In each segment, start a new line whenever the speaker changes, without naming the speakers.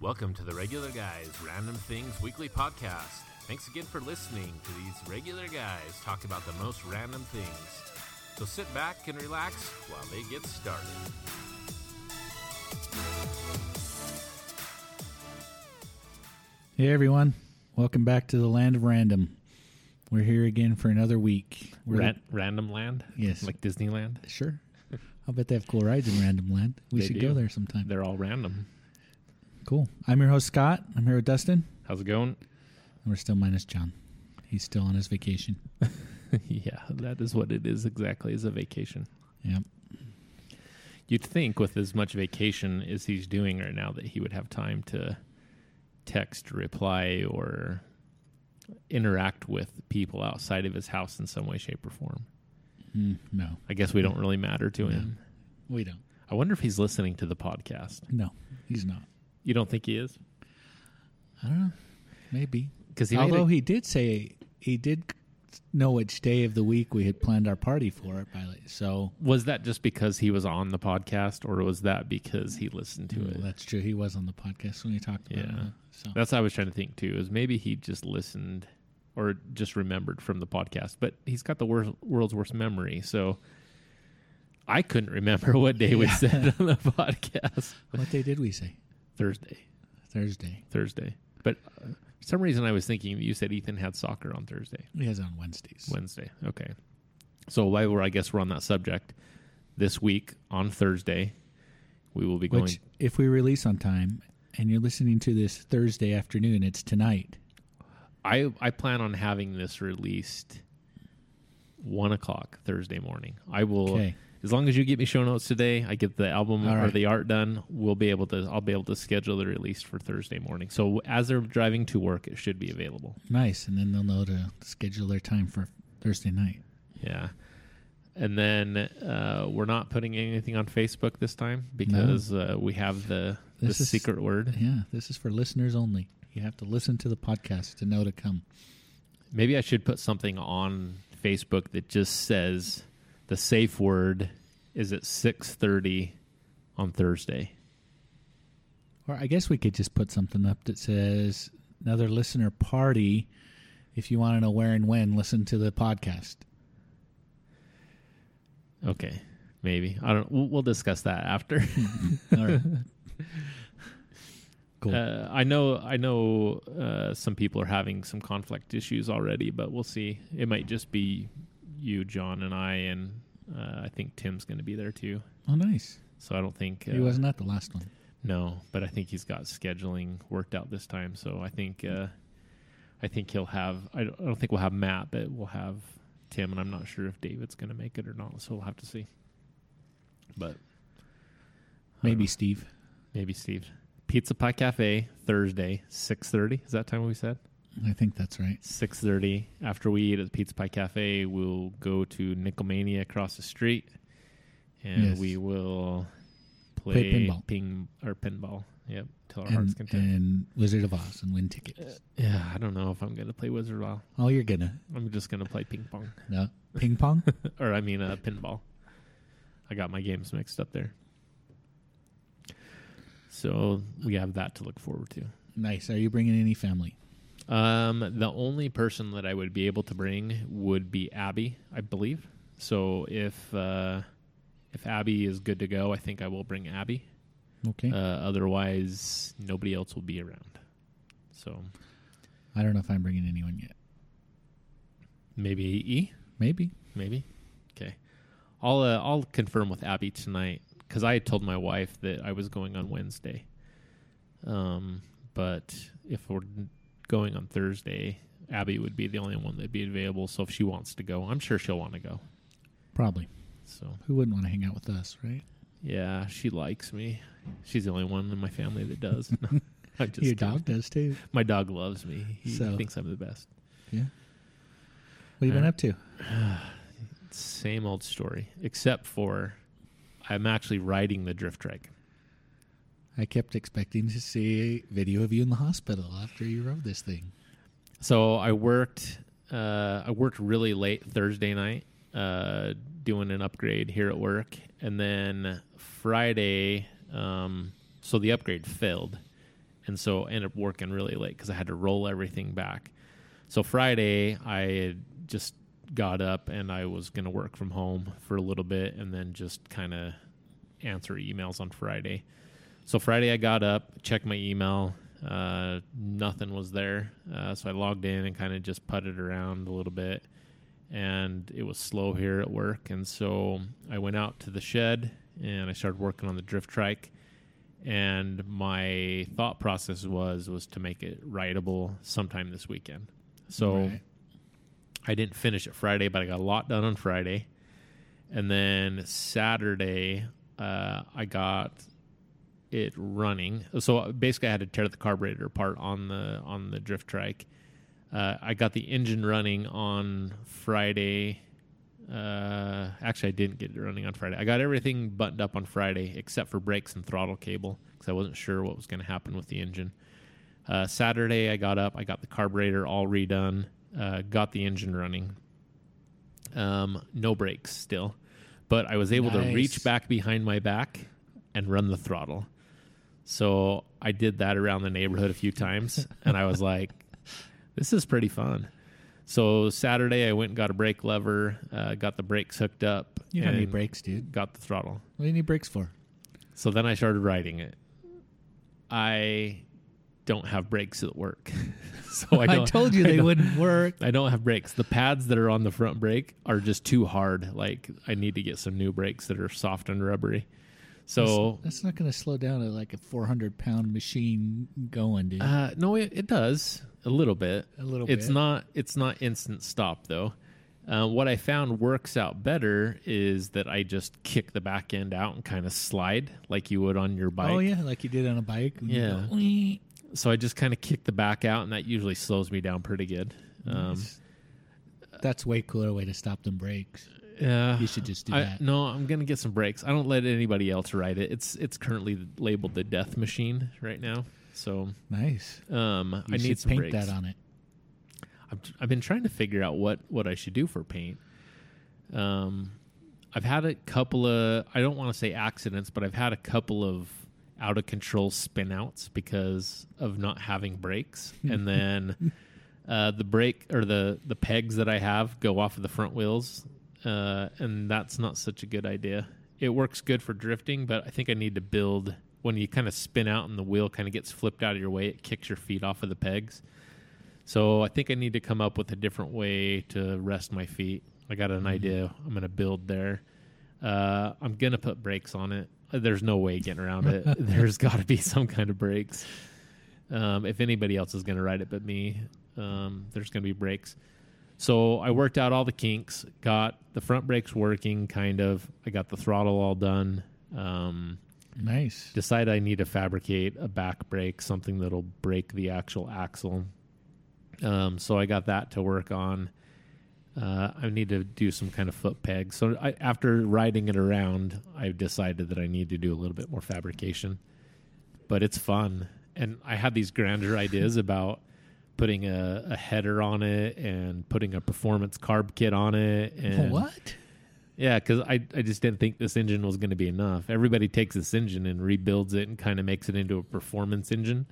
Welcome to the Regular Guys Random Things Weekly Podcast. Thanks again for listening to these regular guys talk about the most random things. So sit back and relax while they get started.
Hey everyone, welcome back to the land of random. We're here again for another week. We're
Ran- random land?
Yes.
Like Disneyland?
sure. I'll bet they have cool rides in Random Land. We
They
should
do.
go there sometime.
They're all random.
Cool. I'm your host Scott. I'm here with Dustin,
How's it going?
and we're still minus John. He's still on his vacation.
yeah, that is what it is exactly is a vacation.
Yep.
You'd think with as much vacation as he's doing right now that he would have time to text, reply, or interact with people outside of his house in some way, shape, or form.
Mm, no,
I guess we don't really matter to him.
we don't.
I wonder if he's listening to the podcast.
No, he's not.
You don't think he is?
I don't know. Maybe.
Because he made
Although
a-
he did say he did know which day of the week we had planned our party for it by like, so
was that just because he was on the podcast, or was that because he listened to it?
that's true. He was on the podcast when we talked about
Yeah.
it. So
That's what I was trying to think too. Is maybe he just listened or just remembered from the podcast, but he's got the wor- world's worst memory, so I couldn't remember what day we
Yeah.
said on the podcast.
what day did we say?
Thursday,
Thursday.
Thursday. But uh, for some reason, I was thinking you said Ethan had soccer on Thursday,
He has it on Wednesdays.
Wednesday. Okay. So while we're, I guess we're on that subject, this week on Thursday, we will be going.
Which, if we release on time and you're listening to this Thursday afternoon, it's tonight.
I I plan on having this released one o'clock Thursday morning. I will
Okay.
as long as you get me show notes today, I get the album
All
or
right.
the art done, we'll be able to I'll be able to schedule the release for Thursday morning. So as they're driving to work, it should be available.
Nice. And then they'll know to schedule their time for Thursday night.
Yeah. And then uh, we're not putting anything on Facebook this time because uh, we have the the
This is-
secret word.
Yeah, this is for listeners only. You have to listen to the podcast to know to come.
Maybe I should put something on Facebook that just says the safe word is at six thirty on Thursday.
Or I guess we could just put something up that says another listener party. If you want to know where and when, listen to the podcast.
Okay, maybe I don't. We'll, we'll discuss that after.
All right. cool.
Uh, I know. I know. Uh, some people are having some conflict issues already, but we'll see. It might just be you, John, and I, and uh, I think Tim's going to be there too.
oh, nice.
So I don't think
He wasn't at the last one.
No, but I think he's got scheduling worked out this time. So I think uh, I think he'll have. I don't, I don't think we'll have Matt, but we'll have Tim, and I'm not sure if David's going to make it or not. So we'll have to see. But
Maybe Steve.
maybe Steve. Pizza Pie Cafe Thursday, six thirty. Is that time we said
I think that's right.
six thirty? After we eat at the Pizza Pie Cafe, we'll go to Nickelmania across the street, and
Yes.
we will play,
Play pinball.
ping or pinball. Yep, till our hearts
And,
content.
and Wizard of Oz and win tickets.
Yeah, I don't know if I'm gonna play Wizard Wild.
Oh, you're gonna
I'm just gonna play ping pong,
no ping pong.
or I mean, uh, pinball. I got my games mixed up there. So we have that to look forward to.
nice. Are you bringing any family?
Um, the only person that I would be able to bring would be Abby, I believe. So if uh, if Abby is good to go, I think I will bring Abby.
Okay.
Uh, otherwise, nobody else will be around. So
I don't know if I'm bringing anyone yet.
maybe E.
Maybe.
Maybe. Okay. I'll uh, I'll confirm with Abby tonight because I had told my wife that I was going on Wednesday. Um, but if we're going on Thursday, Abby would be the only one that'd be available. So if she wants to go, I'm sure she'll want to go.
Probably.
So
Who wouldn't want to hang out with us, right?
yeah, she likes me. She's the only one in my family that does. No, I'm just
Your
kidding.
dog does too.
My dog loves me. He
So-
thinks I'm the best.
Yeah. What have you been
Uh,
up to?
Same old story, except for I'm actually riding the drift trike.
I kept expecting to see a video of you in the hospital after you rode this thing.
So I worked. Uh, I worked really late Thursday night, uh, doing an upgrade here at work, and then Friday. Um, so the upgrade failed, and so I ended up working really late because I had to roll everything back. So Friday, I had just got up and I was going to work from home for a little bit and then just kind of answer emails on Friday. So Friday, I got up, checked my email. Uh, nothing was there. Uh, so I logged in and kind of just putted around a little bit. And it was slow here at work. And so I went out to the shed and I started working on the drift trike. And my thought process was was to make it rideable sometime this weekend. So
Right.
I didn't finish it Friday, but I got a lot done on Friday. And then Saturday, uh, I got it running. So basically, I had to tear the carburetor apart on the on the drift trike. Uh, I got the engine running on Friday. Uh, actually, I didn't get it running on Friday. I got everything buttoned up on Friday except for brakes and throttle cable because I wasn't sure what was going to happen with the engine. Uh, Saturday, I got up, I got the carburetor all redone, uh, got the engine running. Um, no brakes still, but I was able to
Nice.
reach back behind my back and run the throttle. So I did that around the neighborhood a few times, and I was like, "This is pretty fun." So Saturday, I went and got a brake lever, uh, got the brakes hooked up,
You don't need
and
brakes, dude.
got the throttle.
What do you need brakes for?
So then I started writing it. I don't have brakes at work, so I
I,
don't.
told you they
don't-
wouldn't work.
I don't have brakes. The pads that are on the front brake are just too hard. Like I need to get some new brakes that are soft and rubbery. So
That's not going to slow down a, like a 400 pound machine going, dude.
Uh, no, it, it does a little bit.
A little
It's
bit.
not. It's not instant stop though. Uh, what I found works out better is that I just kick the back end out and kind of slide like you would on your bike.
oh yeah, like you did on a bike. when you
Yeah.
go, "Wee."
So I just kind of kick the back out, and that usually slows me down pretty good. Um,
It's- that's way cooler way to stop them brakes.
yeah.
You should just do
I-
that.
no, I'm gonna get some brakes. I don't let anybody else ride it. It's it's currently labeled the death machine right now. So
Nice.
um,
You
I
should
need some
paint
brakes.
that on it.
I've, I've been trying to figure out what what I should do for paint. Um, I've had a couple of I don't want to say accidents, but I've had a couple of out of control spin outs because of not having brakes, and then uh, the brake or the the pegs that I have go off of the front wheels, uh, and that's not such a good idea. It works good for drifting, but I think I need to build when you kind of spin out and the wheel kind of gets flipped out of your way. It kicks your feet off of the pegs. So I think I need to come up with a different way to rest my feet. I got an idea. I'm going to build there. Uh, I'm going to put brakes on it. Uh, There's no way getting around it. There's got to be some kind of brakes. Um, if anybody else is going to ride it but me, um, there's going to be brakes. So I worked out all the kinks, got the front brakes working, kind of. I got the throttle all done. Um,
Nice.
decide I need to fabricate a back brake, something that'll break the actual axle. Um, so I got that to work on. Uh, I need to do some kind of foot peg. So I, after riding it around, I've decided that I need to do a little bit more fabrication. But it's fun, and I had these grander ideas about putting a, a header on it and putting a performance carb kit on it. And
what?
yeah, because I, I just didn't think this engine was going to be enough. Everybody takes this engine and rebuilds it and kind of makes it into a performance engine.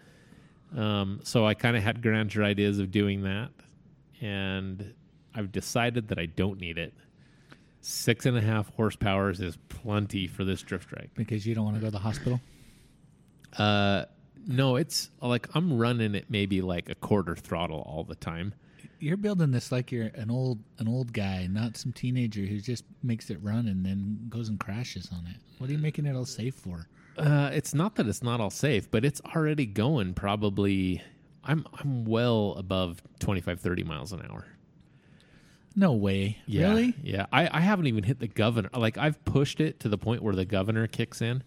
Um, so I kind of had grander ideas of doing that, and I've decided that I don't need it. Six and a half horsepowers is plenty for this drift drag.
Because you don't want to go to the hospital.
Uh, no, it's like I'm running it maybe like a quarter throttle all the time.
You're building this like you're an old an old guy, not some teenager who just makes it run and then goes and crashes on it. What are you making it all safe for?
Uh, it's not that it's not all safe, but it's already going probably. I'm I'm well above 25, 30 miles an hour.
No way.
Yeah,
Really?
Yeah. I, I haven't even hit the governor. Like I've pushed it to the point where the governor kicks in,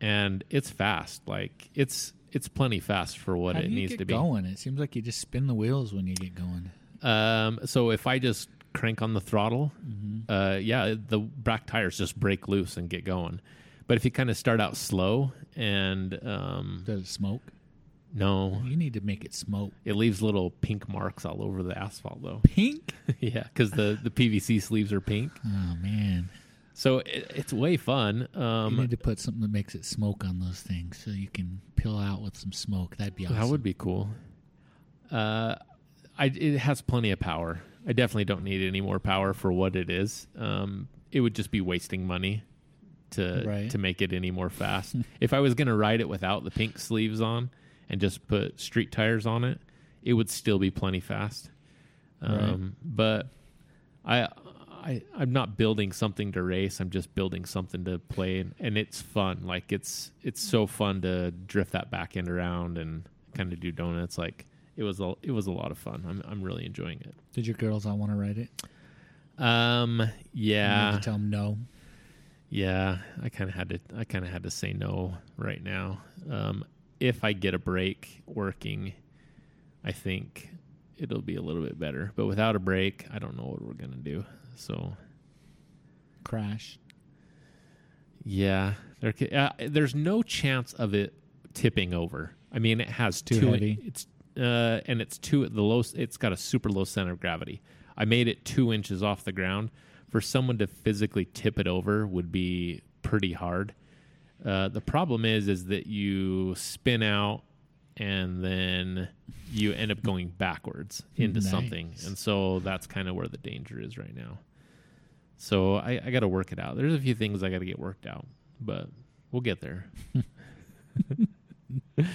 and it's fast. Like it's it's plenty fast for what
How
it
do you
needs
get
to be.
going? It seems like you just spin the wheels when you get going.
Um, so if I just crank on the throttle,
Mm-hmm.
uh, yeah, the back tires just break loose and get going. But if you kind of start out slow and um,
Does it smoke?
no,
You need to make it smoke.
It leaves little pink marks all over the asphalt, though.
Pink?
yeah, because the the PVC sleeves are pink.
Oh man.
So it, it's way fun.
you
Um,
need to put something that makes it smoke on those things so you can peel out with some smoke. That'd be awesome.
That would be cool. Uh, I, it has plenty of power. I definitely don't need any more power for what it is. Um, it would just be wasting money to
Right.
to make it any more fast. if I was going to ride it without the pink sleeves on and just put street tires on it, it would still be plenty fast. Um, But I. I, I'm not building something to race. I'm just building something to play, and, and it's fun. Like it's it's so fun to drift that back end around and kind of do donuts. Like it was a it was a lot of fun. I'm I'm really enjoying it.
Did your girls all want to ride it?
Um,
You need
yeah,
to tell them no.
yeah. I kind of had to I kind of had to say no right now. Um, if I get a break working, I think it'll be a little bit better. But without a break, I don't know what we're gonna do. So
Crash.
Yeah, there could, uh, there's no chance of it tipping over. I mean, it has
Too
two.
heavy.
It's uh, and it's two the low. It's got a super low center of gravity. I made it two inches off the ground. For someone to physically tip it over would be pretty hard. Uh, the problem is, is that you spin out and then you end up going backwards into
Nice.
something, and so that's kind of where the danger is right now. So I, I got to work it out. There's a few things I got to get worked out, but we'll get there. and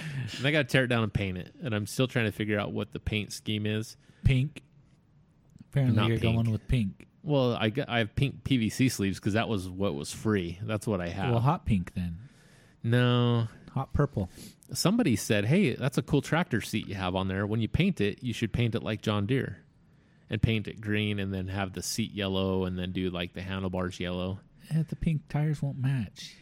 I got to tear it down and paint it. And I'm still trying to figure out what the paint scheme is.
Pink. Apparently
Not
you're
pink.
going with pink.
Well, I, got, I have pink PVC sleeves because that was what was free. That's what I have.
Well, hot pink then.
no,
Hot purple.
somebody said, "Hey, that's a cool tractor seat you have on there. When you paint it, you should paint it like John Deere, and paint it green, and then have the seat yellow, and then do like the handlebars yellow."
Eh, the pink tires won't match.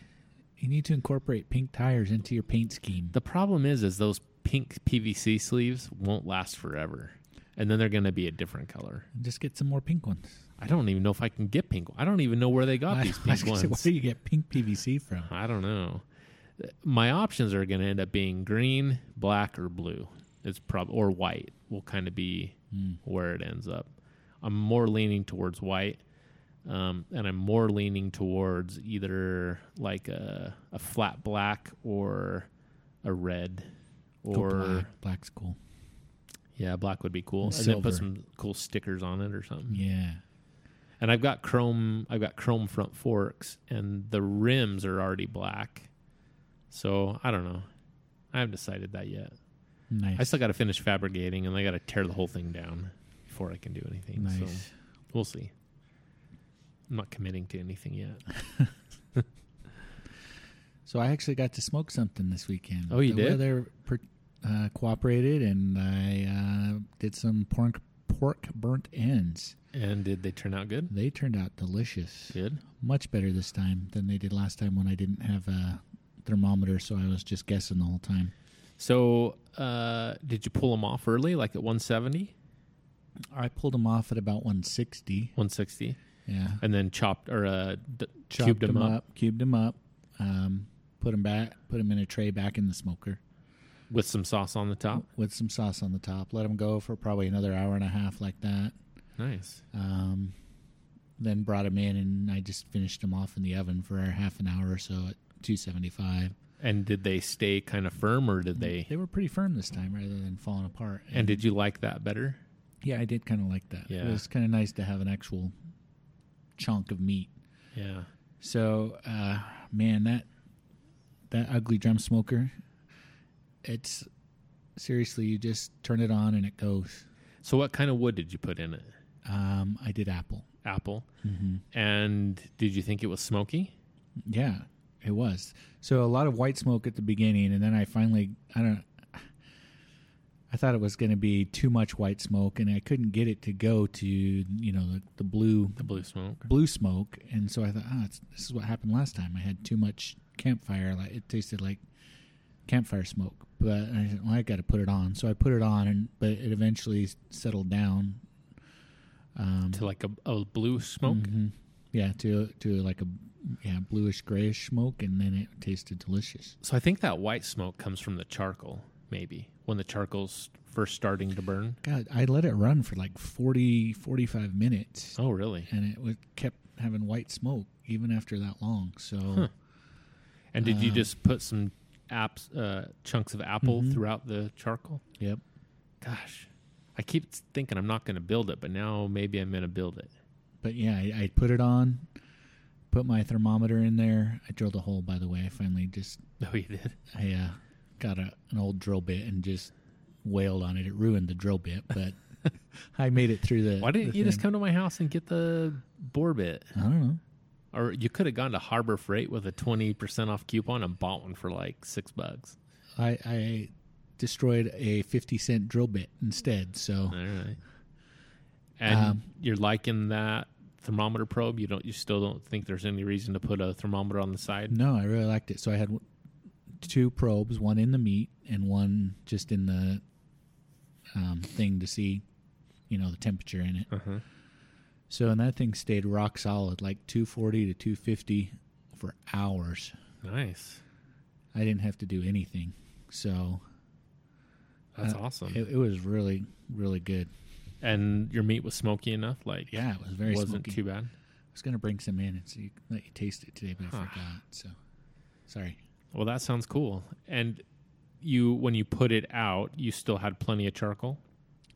You need to incorporate pink tires into your paint scheme.
The problem is, is those pink PVC sleeves won't last forever, and then they're going to be a different color.
Just get some more pink ones.
I don't even know if I can get pink. I don't even know where they got
I-
these
I was
pink
gonna say,
ones.
where do you get pink PVC from?
I don't know. My options are going to end up being green, black, or blue. It's prob or white will kind of be where it ends up. I'm more leaning towards white, um, and I'm more leaning towards either like a a flat black or a red,
Go
or
black. Black's cool.
yeah, black would be cool. And
And
then put
silver.
some cool stickers on it or something.
Yeah.
And I've got chrome. I've got chrome front forks, and the rims are already black. So I don't know. I haven't decided that yet.
Nice.
I still got to finish fabricating, and I got to tear the whole thing down before I can do anything.
nice.
So we'll see. I'm not committing to anything yet.
So I actually got to smoke something this weekend.
Oh, you
the
did?
Weather per, uh, cooperated, and I uh, did some pork pork burnt ends.
And did they turn out good?
They turned out delicious.
Good.
Much better this time than they did last time when I didn't have a thermometer, so I was just guessing the whole time.
So uh, did you pull them off early, like at 170,
I pulled them off at about 160.
160,
Yeah,
and then chopped or uh, d-
Chopped
cubed
'em
them up.
cubed them up, um, put them back, put them in a tray back in the smoker
with some sauce on the top?
with some sauce on the top. Let them go for probably another hour and a half like that.
Nice.
um, then brought them in and I just finished them off in the oven for half an hour or so at 275.
And did they stay kind of firm or did they?
They were pretty firm this time rather than falling apart.
And did you like that better?
yeah, I did kind of like that.
Yeah.
It was kind of nice to have an actual chunk of meat.
Yeah.
So, uh, man, that that ugly drum smoker, it's seriously you just turn it on and it goes.
So what kind of wood did you put in it?
Um, I did apple.
Apple. And did you think it was smoky?
Yeah, it was. So a lot of white smoke at the beginning, and then I finally, I don't. I thought it was going to be too much white smoke, and I couldn't get it to go to you know the, the blue
The blue smoke.
blue smoke, and so I thought, ah, it's, this is what happened last time. I had too much campfire; like it tasted like campfire smoke. But I said, well, I got to put it on, so I put it on, and but it eventually settled down. Um,
To like a, a blue smoke?
Mhm. Yeah, to to like a yeah bluish grayish smoke, and then it tasted delicious.
So I think that white smoke comes from the charcoal, maybe, when the charcoal's first starting to burn.
God, I let it run for like 40, 45 minutes,
Oh, really?
and it was, kept having white smoke. even after that long. So
Huh. And did you
Uh,
just put some apps, uh, chunks of apple
Mhm.
throughout the charcoal?
Yep.
Gosh, I keep thinking I'm not going to build it, but now maybe I'm going to build it.
but yeah, I, I put it on, put my thermometer in there. I drilled a hole, by the way. I finally just
No, you did.
I uh, got a, an old drill bit and just wailed on it. It ruined the drill bit, but I made it through the.
Why didn't
the
you just
thing.
come to my house and get the boar bit?
I don't know.
Or you could have gone to Harbor Freight with a 20% off coupon and bought one for like six bucks.
I I destroyed a fifty cent drill bit instead. So
All right. And
Um,
you're liking that thermometer probe? You don't you still don't think there's any reason to put a thermometer on the side?
no, I really liked it. So I had w- two probes, one in the meat and one just in the um, thing to see, you know, the temperature in it.
Uh-huh.
So and that thing stayed rock solid, like 240 to 250 for hours.
Nice.
I didn't have to do anything. So
That's
Uh,
awesome.
it, it was really, really good.
and your meat was smoky enough, like
Yeah, it was very
wasn't
smoky.
too bad.
I was gonna bring some in and see, let you taste it today, but I
Huh.
forgot. So sorry.
Well, that sounds cool. And you when you put it out, you still had plenty of charcoal.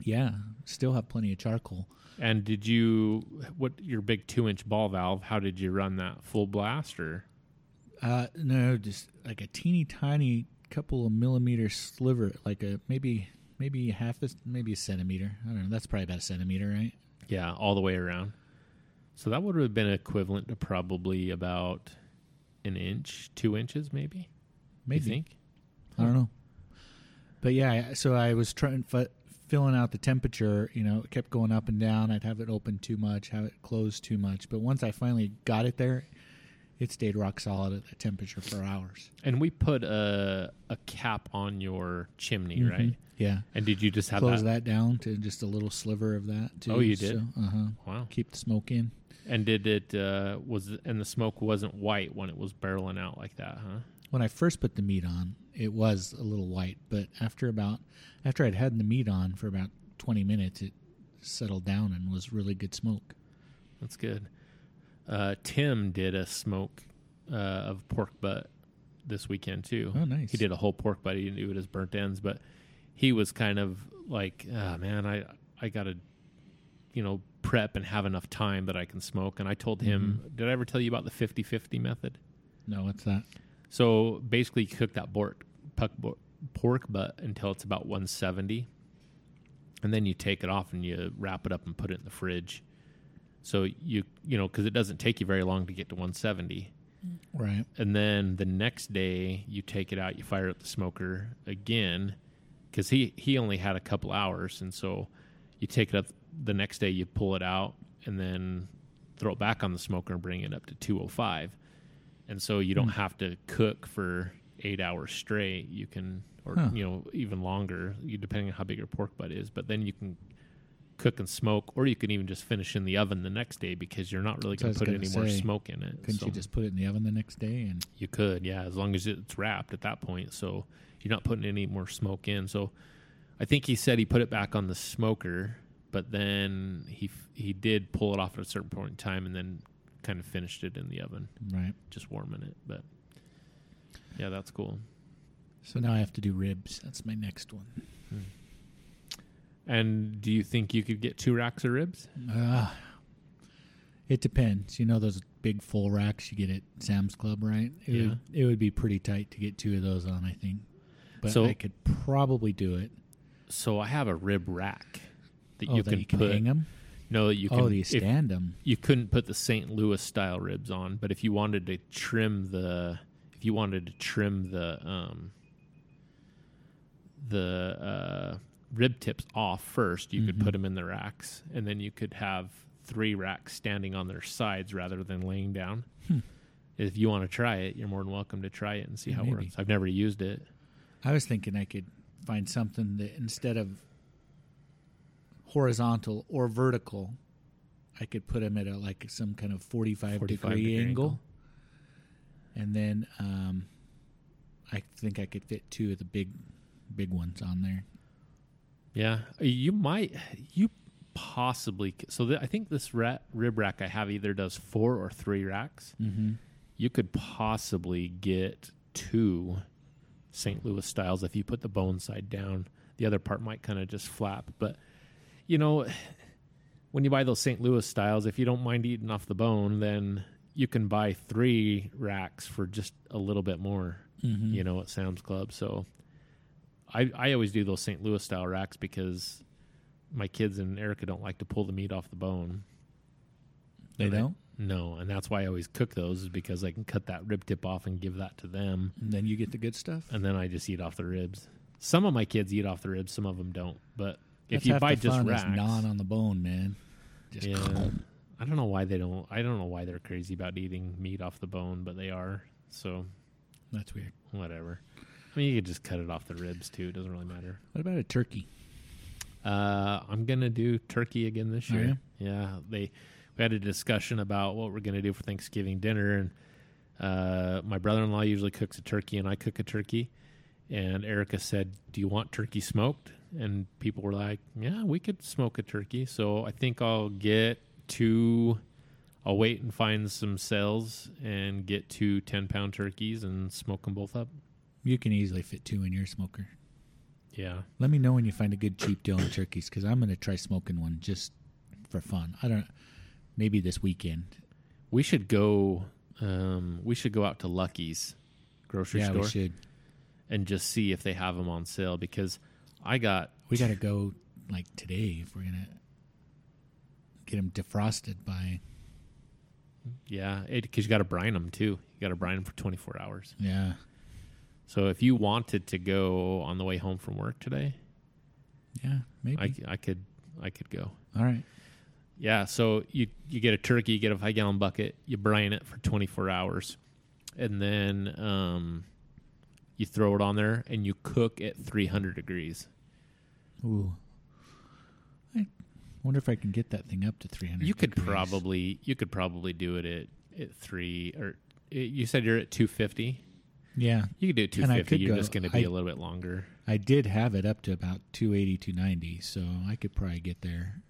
Yeah, still have plenty of charcoal.
And did you what your big two inch ball valve? How did you run that full blast or
Uh, no, just like a teeny tiny couple of millimeter sliver, like a maybe maybe half a maybe a centimeter. I don't know. That's probably about a centimeter, right?
yeah, all the way around? So that would have been equivalent to probably about an inch, two inches, maybe.
Maybe.
You think?
I don't know. But yeah, I- so I was trying f- filling out the temperature. You know, it kept going up and down. I'd have it open too much, have it closed too much. But once I finally got it there, it stayed rock solid at that temperature for hours.
And we put a a cap on your chimney, right?
Mm-hmm. Yeah.
And did you just have
Close
that?
that down to just a little sliver of that. Too,
Oh, you did?
uh huh.
Wow.
Keep the smoke in.
And did it uh was and the smoke wasn't white when it was barreling out like that, huh?
when I first put the meat on, it was a little white, but after about after I'd had the meat on for about 20 minutes, it settled down and was really good smoke.
That's good. Uh Tim did a smoke uh of pork butt this weekend too.
Oh, nice.
He did a whole pork butt, he didn't do it as burnt ends, but he was kind of like, ah man, I I gotta you know, prep and have enough time that I can smoke. And I told him, did I ever tell you about the 50 50 method?
No, what's that?
So basically, you cook that pork, puck, bo- pork butt until it's about 170, and then you take it off and you wrap it up and put it in the fridge. So you you know because it doesn't take you very long to get to 170,
Right.
and then the next day you take it out, you fire up the smoker again, because he he only had a couple hours, and so you take it up the next day, you pull it out, and then throw it back on the smoker and bring it up to 205 and so you
Hmm.
don't have to cook for eight hours straight. You can, or
Huh.
you know, even longer, you, depending on how big your pork butt is. But then you can cook and smoke, or you can even just finish in the oven the next day because you're not really
That's what I
going
was
to put
gonna
any more
say.
smoke in it.
Couldn't
So-
you just put it in the oven the next day? And
you could, yeah, as long as it's wrapped at that point. So you're not putting any more smoke in. So I think he said he put it back on the smoker, but then he f- he did pull it off at a certain point in time, and then kind of finished it in the oven
right.
just warming it. But yeah, that's cool.
So now I have to do ribs. That's my next one.
And do you think you could get two racks of ribs?
Uh,
Ah.
it depends. You know those big full racks you get at Sam's Club, right? It
Yeah.
Would, it would be pretty tight to get two of those on, I think. But
So-
I could probably do it.
So I have a rib rack that
oh,
you
that
can
you can
put.
hang them.
No, you can.
Oh, do you
if-
stand them?
you couldn't put the St. Louis style ribs on, but if you wanted to trim the, if you wanted to trim the, um, the uh, rib tips off first, you
Mm-hmm.
could put them in the racks, and then you could have three racks standing on their sides rather than laying down. If you want to try it, you're more than welcome to try it and see
Hmm. Yeah,
how it
maybe.
works. I've never used it.
I was thinking I could find something that instead of horizontal or vertical, I could put them at a, like some kind of 45,
45
degree,
degree
angle.
angle.
And then um, I think I could fit two of the big big ones on there.
Yeah, you might. You possibly. So th- I think this ra- rib rack I have either does four or three racks.
Mm-hmm.
You could possibly get two St. Louis styles if you put the bone side down. The other part might kind of just flap, but you know, when you buy those St. Louis styles, if you don't mind eating off the bone, then you can buy three racks for just a little bit more
Mm-hmm.
you know, at Sam's Club. So I I always do those St. Louis style racks because my kids and Erica don't like to pull the meat off the bone.
They
And I-
don't.
no, and that's why I always cook those is because I can cut that rib tip off and give that to them,
And then you get the good stuff.
and then I just eat off the ribs. Some of my kids eat off the ribs, some of them don't. But if
That's
you
half
buy
the
just
fun is
racks,
non on the bone, man. Just
yeah, I don't know why they don't. I don't know why they're crazy about eating meat off the bone, but they are. So
that's weird.
whatever. I mean, you could just cut it off the ribs too. It doesn't really matter.
What about a turkey?
Uh, I'm gonna do turkey again this
Are
year. Yeah, they we had a discussion about what we're gonna do for Thanksgiving dinner, and uh, my brother-in-law usually cooks a turkey, and I cook a turkey. And Erica said, "Do you want turkey smoked?" And people were like, "Yeah, we could smoke a turkey." So I think I'll get two. I'll wait and find some sales and get two 10 pound turkeys and smoke them both up.
You can easily fit two in your smoker.
Yeah.
Let me know when you find a good cheap deal on turkeys because I'm going to try smoking one just for fun. I don't. Maybe this weekend.
We should go. Um, we should go out to Lucky's grocery
yeah,
store
we should.
and just see if they have them on sale because I got
We got to go like today if we're gonna get them defrosted by.
yeah because you got to brine them too. You got to brine them for 24 hours.
Yeah,
So if you wanted to go on the way home from work today,
yeah, maybe.
I, I could I could go.
All right.
Yeah, so you you get a turkey, you get a five gallon bucket, you brine it for 24 hours, and then um, you throw it on there and you cook at 300 degrees.
Ooh. I wonder if I can get that thing up to 300.
You could
degrees.
probably you could probably do it at at three or it, you said you're at two fifty.
Yeah,
You could do it two
And I
fifty.
could
You're
go-
just going to be
I-
a little bit longer.
I did have it up to about 280, 290, so I could probably get there.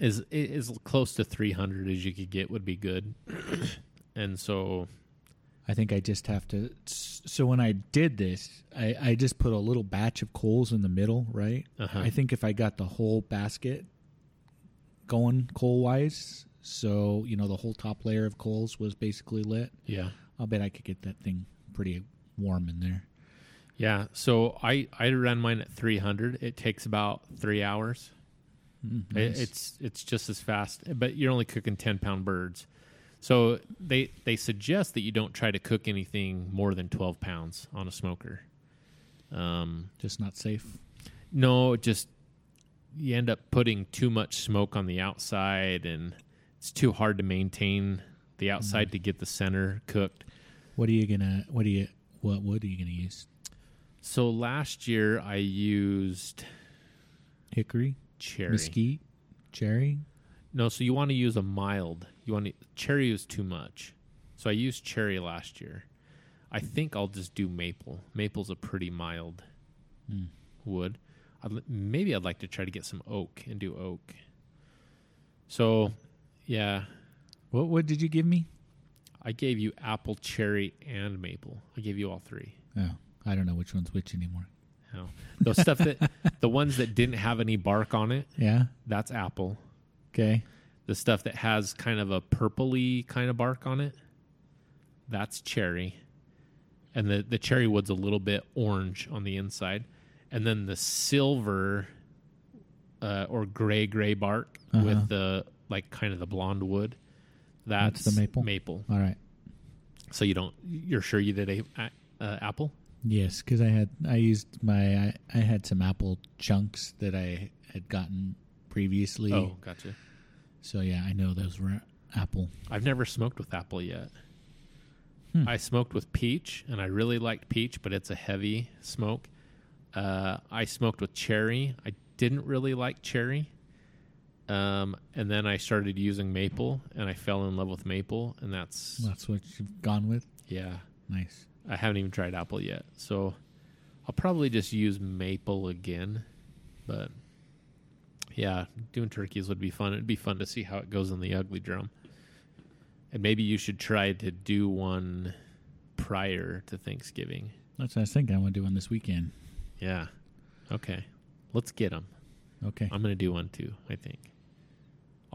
As as close to three hundred as you could get would be good. and so
I think I just have to. So when I did this, I, I just put a little batch of coals in the middle, right?
Uh-huh.
I think if I got the whole basket going coal wise, so you know the whole top layer of coals was basically lit.
yeah,
I'll bet I could get that thing pretty warm in there.
yeah. So I I ran mine at three hundred. It takes about three hours.
Mm,
It-
nice.
it's it's just as fast, but you're only cooking ten pound birds. So they they suggest that you don't try to cook anything more than twelve pounds on a smoker. Um,
just not safe.
no, it just you end up putting too much smoke on the outside, and it's too hard to maintain the outside to get the center cooked.
What are you gonna? What are you? What wood are you gonna use?
So last year I used
Hickory,
cherry.
mesquite, cherry.
No, so you want to use a mild. You want to, cherry is too much. So I used cherry last year. I think I'll just do maple. Maple's a pretty mild wood. I'd, li- maybe I'd like to try to get some oak and do oak. So, yeah,
What wood did you give me?
I gave you apple, cherry, and maple. I gave you all three.
Oh, I don't know which one's which anymore.
You know, the stuff that the ones that didn't have any bark on it,
Yeah.
that's apple.
Okay.
the stuff that has kind of a purpley kind of bark on it that's cherry and the, the cherry wood's a little bit orange on the inside and then the silver uh, or gray gray bark
Uh-huh.
with the like kind of the blonde wood that's,
That's the maple?
maple
All right.
so you don't you're sure you did a, a uh, apple
Yes, because I had I used my I, I had some apple chunks that I had gotten previously.
oh gotcha
So yeah, I know those were apple.
I've never smoked with apple yet.
Hmm.
I smoked with peach, and I really liked peach, but it's a heavy smoke. Uh, I smoked with cherry. I didn't really like cherry. Um, and then I started using maple, and I fell in love with maple, and that's
That's what you've gone with.
yeah.
Nice.
I haven't even tried apple yet, so I'll probably just use maple again. But Yeah, doing turkeys would be fun. It'd be fun to see how it goes on the ugly drum. And maybe you should try to do one prior to Thanksgiving.
That's what I was thinking. I want to do one this weekend.
Yeah. Okay. Let's get them.
Okay.
I'm going to do one too, I think.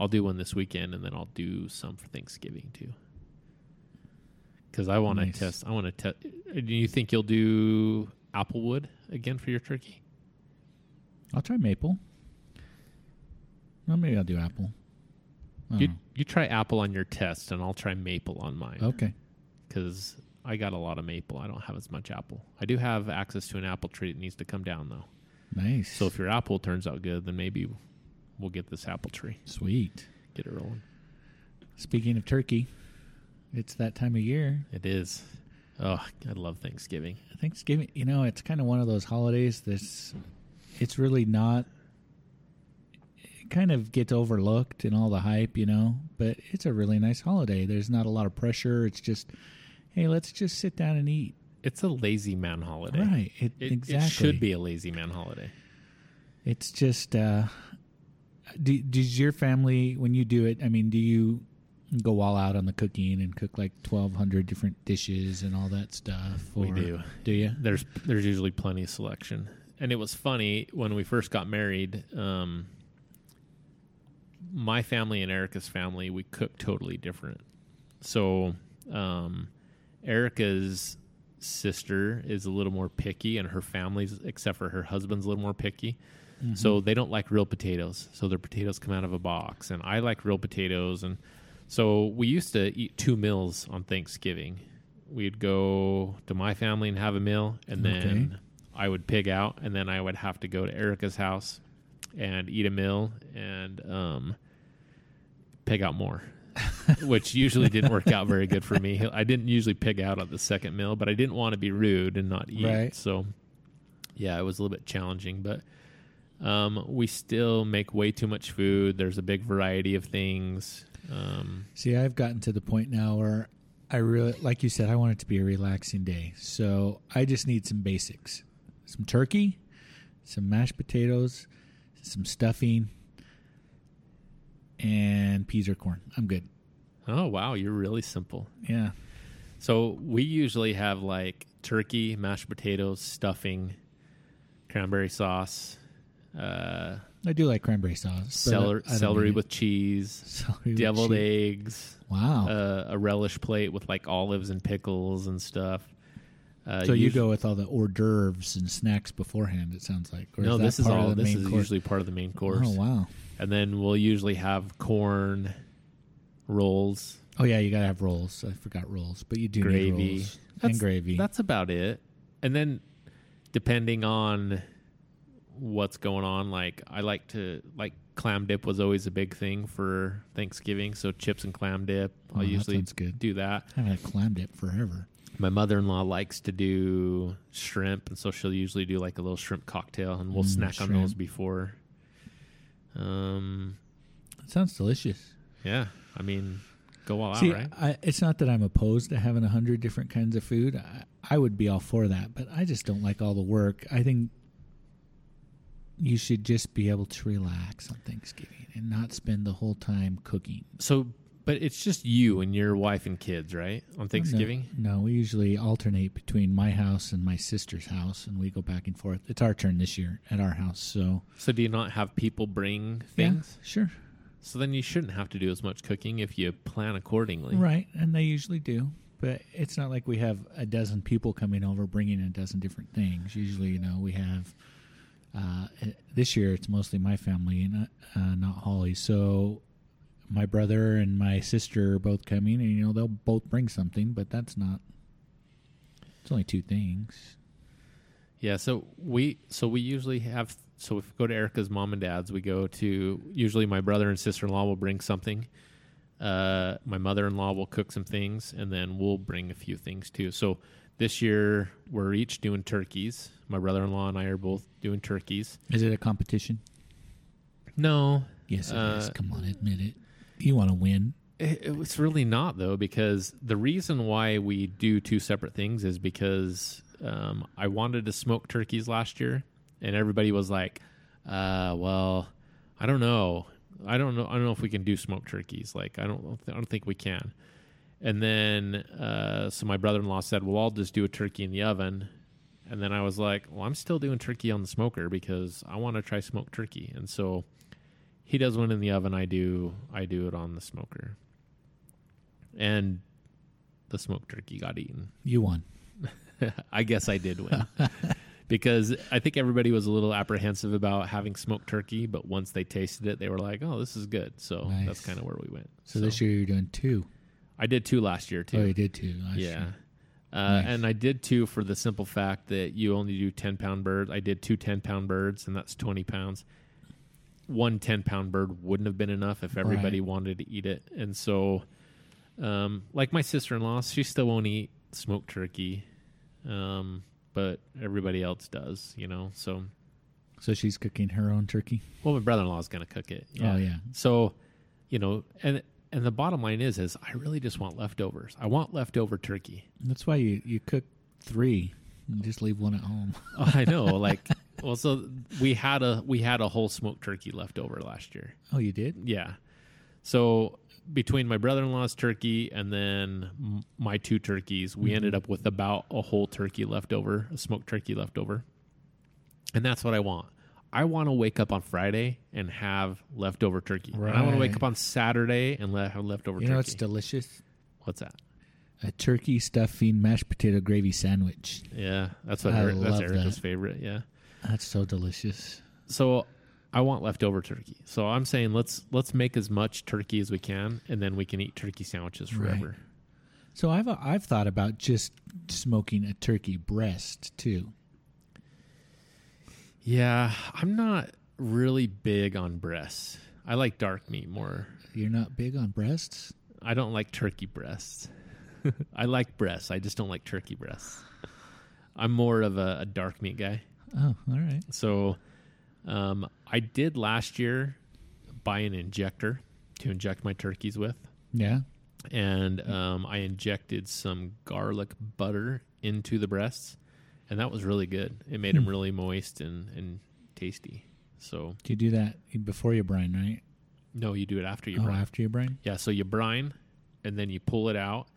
I'll do one this weekend and then I'll do some for Thanksgiving too. Cuz I want to
Nice.
test I want to test do you think you'll do applewood again for your turkey?
I'll try maple. Well, maybe I'll do apple. I
You
don't
you try apple on your test and I'll try maple on mine.
know. Okay.
because I got a lot of maple. I don't have as much apple. I do have access to an apple tree that needs to come down though.
Nice.
So if your apple turns out good, then maybe we'll get this apple tree,
Sweet.
get it rolling.
Speaking of turkey, it's that time of year.
It is. Oh, I love Thanksgiving.
Thanksgiving, you know, it's kind of one of those holidays that's it's really not it kind of gets overlooked in all the hype, you know, but it's a really nice holiday. There's not a lot of pressure. It's just hey, let's just sit down and eat.
It's a lazy man holiday.
Right. It,
It,
exactly.
it should be a lazy man holiday.
It's just uh do, does your family when you do it, I mean, do you go all out on the cooking and cook like 1200 different dishes and all that stuff
We
or-
do.
Do you?
There's there's usually plenty of selection. And it was funny when we first got married. Um, my family and Erica's family, we cook totally different. So, um, Erica's sister is a little more picky, and her family's, except for her husband's, a little more picky. So they don't like real potatoes. So their potatoes come out of a box, and I like real potatoes. And so we used to eat two meals on Thanksgiving. We'd go to my family and have a meal, and then I would pig out, and then I would have to go to Erica's house and eat a meal and um, pig out more, which usually didn't work out very good for me. I didn't usually pig out on the second meal, but I didn't want to be rude and not eat.
Right.
So, yeah, it was a little bit challenging, but um, we still make way too much food. There's a big variety of things. Um,
See, I've gotten to the point now where I really, like you said, I want it to be a relaxing day. So I just need some basics some turkey, some mashed potatoes, some stuffing, and peas or corn. I'm good.
oh wow, you're really simple.
Yeah.
So we usually have like turkey, mashed potatoes, stuffing, cranberry sauce, uh,
I do like cranberry sauce. but
celery,
I don't
celery
need it.
with cheese,
celery with
deviled
cheese.
eggs,
Wow.
uh, a relish plate with like olives and pickles and stuff. Uh,
so you
usu-
go with all the hors d'oeuvres and snacks beforehand, it sounds like. Or
No,
that
this is
part of
all.
the
This
main
is
course?
usually part of the main course,
Oh, wow.
and then we'll usually have corn rolls,
Oh, yeah, you got to have rolls. I forgot rolls, but you do need
gravy,
rolls.
That's-
and gravy.
That's about it. And then, depending on what's going on, like I like to like clam dip was always a big thing for Thanksgiving. So chips and clam dip,
Oh,
I'll
that
usually
sounds good.
do that.
I haven't had clam dip forever.
my mother in law likes to do shrimp, and so she'll usually do like a little shrimp cocktail, and we'll
Mm,
snack on
shrimp.
those before. Um,
It sounds delicious.
yeah, I mean, go all
See,
out, right?
I, it's not that I'm opposed to having a hundred different kinds of food. I, I would be all for that, but I just don't like all the work. I think you should just be able to relax on Thanksgiving and not spend the whole time cooking.
So, but it's just you and your wife and kids, right, on Thanksgiving.
No, no, we usually alternate between my house and my sister's house, and we go back and forth. It's our turn this year at our house, so
So, do you not have people bring
yeah,
things?
sure,
So then you shouldn't have to do as much cooking if you plan accordingly.
right, and they usually do. But it's not like we have a dozen people coming over bringing a dozen different things. Usually, you know, we have. Uh, this year, it's mostly my family and uh, uh, not Holly. So, my brother and my sister are both coming, and you know they'll both bring something, but that's not. It's only two things.
Yeah, so we so we usually have so if we go to Erica's mom and dad's, we go to usually my brother and sister in law will bring something. Uh, my mother in law will cook some things, and then we'll bring a few things too. So this year we're each doing turkeys. My brother in law and I are both doing turkeys.
Is it a competition?
No,
Yes, it is.
Uh,
Come on, admit it. You want to win.
It, it was really not though, because the reason why we do two separate things is because um, I wanted to smoke turkeys last year, and everybody was like, uh, "Well, I don't know. I don't know. I don't know if we can do smoked turkeys. Like I don't. I don't think we can. And then uh, so my brother-in-law said, "Well, I'll just do a turkey in the oven." And then I was like, "Well, I'm still doing turkey on the smoker because I want to try smoked turkey." And so he does one in the oven. I do. I do it on the smoker. And the smoked turkey got eaten.
You won.
I guess I did win. because I think everybody was a little apprehensive about having smoked turkey, but once they tasted it, they were like, "Oh, this is good." So
Nice.
that's kind of where we went.
So, this year you're doing two.
I did two last year too.
Oh, you did two. Last
yeah.
year.
Uh,
Nice.
And I did two for the simple fact that you only do 10 pound birds. I did two 10 pound birds, and that's 20 pounds. One 10 pound bird wouldn't have been enough if everybody wanted to eat it. And so, um, like my sister in law, she still won't eat smoked turkey, um, but everybody else does, you know? So,
So she's cooking her own turkey.
well, my brother in law is going to cook it.
Oh yeah.
So, you know, and and the bottom line is, is I really just want leftovers. I want leftover turkey.
That's why you, you cook three and just leave one at home.
Oh, I know. Like, well, so we had a we had a whole smoked turkey left over last year.
Oh, you did?
Yeah. So between my brother-in-law's turkey and then m- my two turkeys,
Mm-hmm.
we ended up with about a whole turkey left over, a smoked turkey left over. And that's what I want. I want to wake up on Friday and have leftover turkey. And I want to wake
Right.
up on Saturday and le- have leftover
You
turkey.
know it's delicious?
What's that?
A turkey stuffing mashed potato gravy sandwich.
Yeah, that's what
I
Eric, that's
love
Erica's
that.
favorite. Yeah.
That's so delicious.
so I want leftover turkey. So I'm saying let's let's make as much turkey as we can, and then we can eat turkey sandwiches
Right.
forever.
So I've I've thought about just smoking a turkey breast too.
Yeah, I'm not really big on breasts. I like dark meat more.
You're not big on breasts?
I don't like turkey breasts. I like breasts. I just don't like turkey breasts. I'm more of a, a dark meat guy.
Oh, all right.
So um, I did last year buy an injector to inject my turkeys with.
Yeah.
and um, I injected some garlic butter into the breasts, and that was really good. It made them really moist and, and tasty. So
Do you do that before you brine, right?
no, you do it after you
oh,
brine.
after you brine?
Yeah, so you brine, and then you pull it out,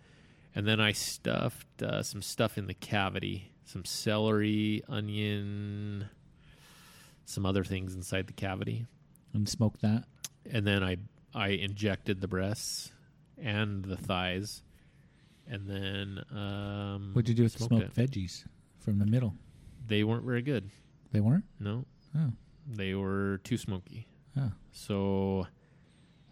and then I stuffed uh, some stuff in the cavity, some celery, onion, some other things inside the cavity,
And smoke that?
and then I I injected the breasts and the thighs, and then um,
What'd you do with the
smoked
smoked
it.
veggies from the middle?
They weren't very good.
They weren't?
No,
Oh.
they were too smoky.
Oh.
So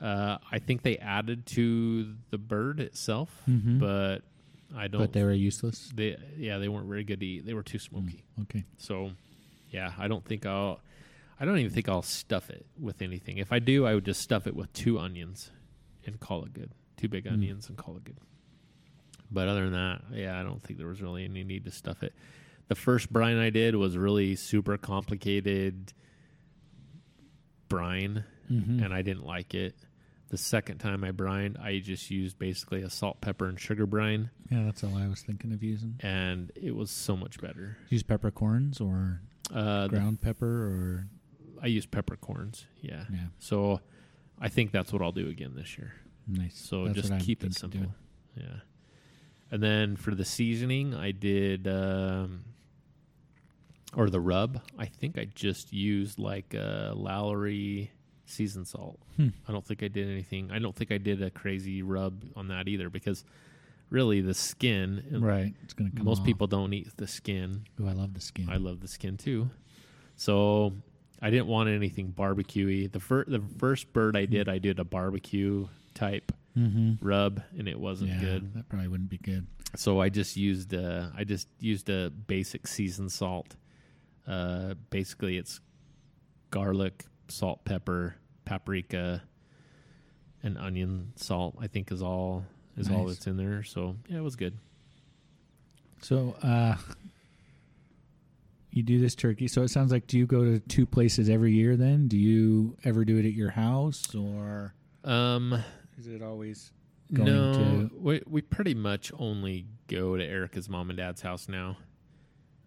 uh, I think they added to the bird itself,
Mhm.
but I don't.
But they Mm. were useless.
they yeah they weren't very good to eat. They were too smoky.
Okay.
So yeah, I don't think I'll. I don't even think I'll stuff it with anything. If I do, I would just stuff it with two onions and call it good. Two big onions and call it good. But other than that, yeah, I don't think there was really any need to stuff it. The first brine I did was really super complicated brine,
Mhm.
and I didn't like it. The second time I brined, I just used basically a salt, pepper, and sugar brine,
Yeah, that's all I was thinking of using.
and it was so much better.
Use peppercorns or
Uh, the-
ground pepper or
I use peppercorns, yeah.
yeah,
So I think that's what I'll do again this year.
nice.
So
That's what
just
I'm
keep
thinking
it
of
simple.
doing.
Yeah. And then for the seasoning, I did, um, or the rub, I think I just used like a Lowry seasoned salt.
Hmm.
I don't think I did anything. I don't think I did a crazy rub on that either because really the skin, and
Right, it's gonna come.
most
off.
people don't eat the skin.
Ooh, I love the skin.
I love the skin too. So I didn't want anything barbecuey. The first the first bird I did, I did a barbecue type
mm-hmm.
rub, and it wasn't
yeah,
good.
That probably wouldn't be good.
So I just used uh, I just used a basic seasoned salt. Uh, basically, it's garlic, salt, pepper, paprika, and onion salt. I think is all is all
Nice.
that's in there. So yeah, it was good.
So, uh, you do this turkey. So it sounds like do you go to two places every year? Then do you ever do it at your house or
Um,
is it always going
no,
to-
we we pretty much only go to Erica's mom and dad's house now.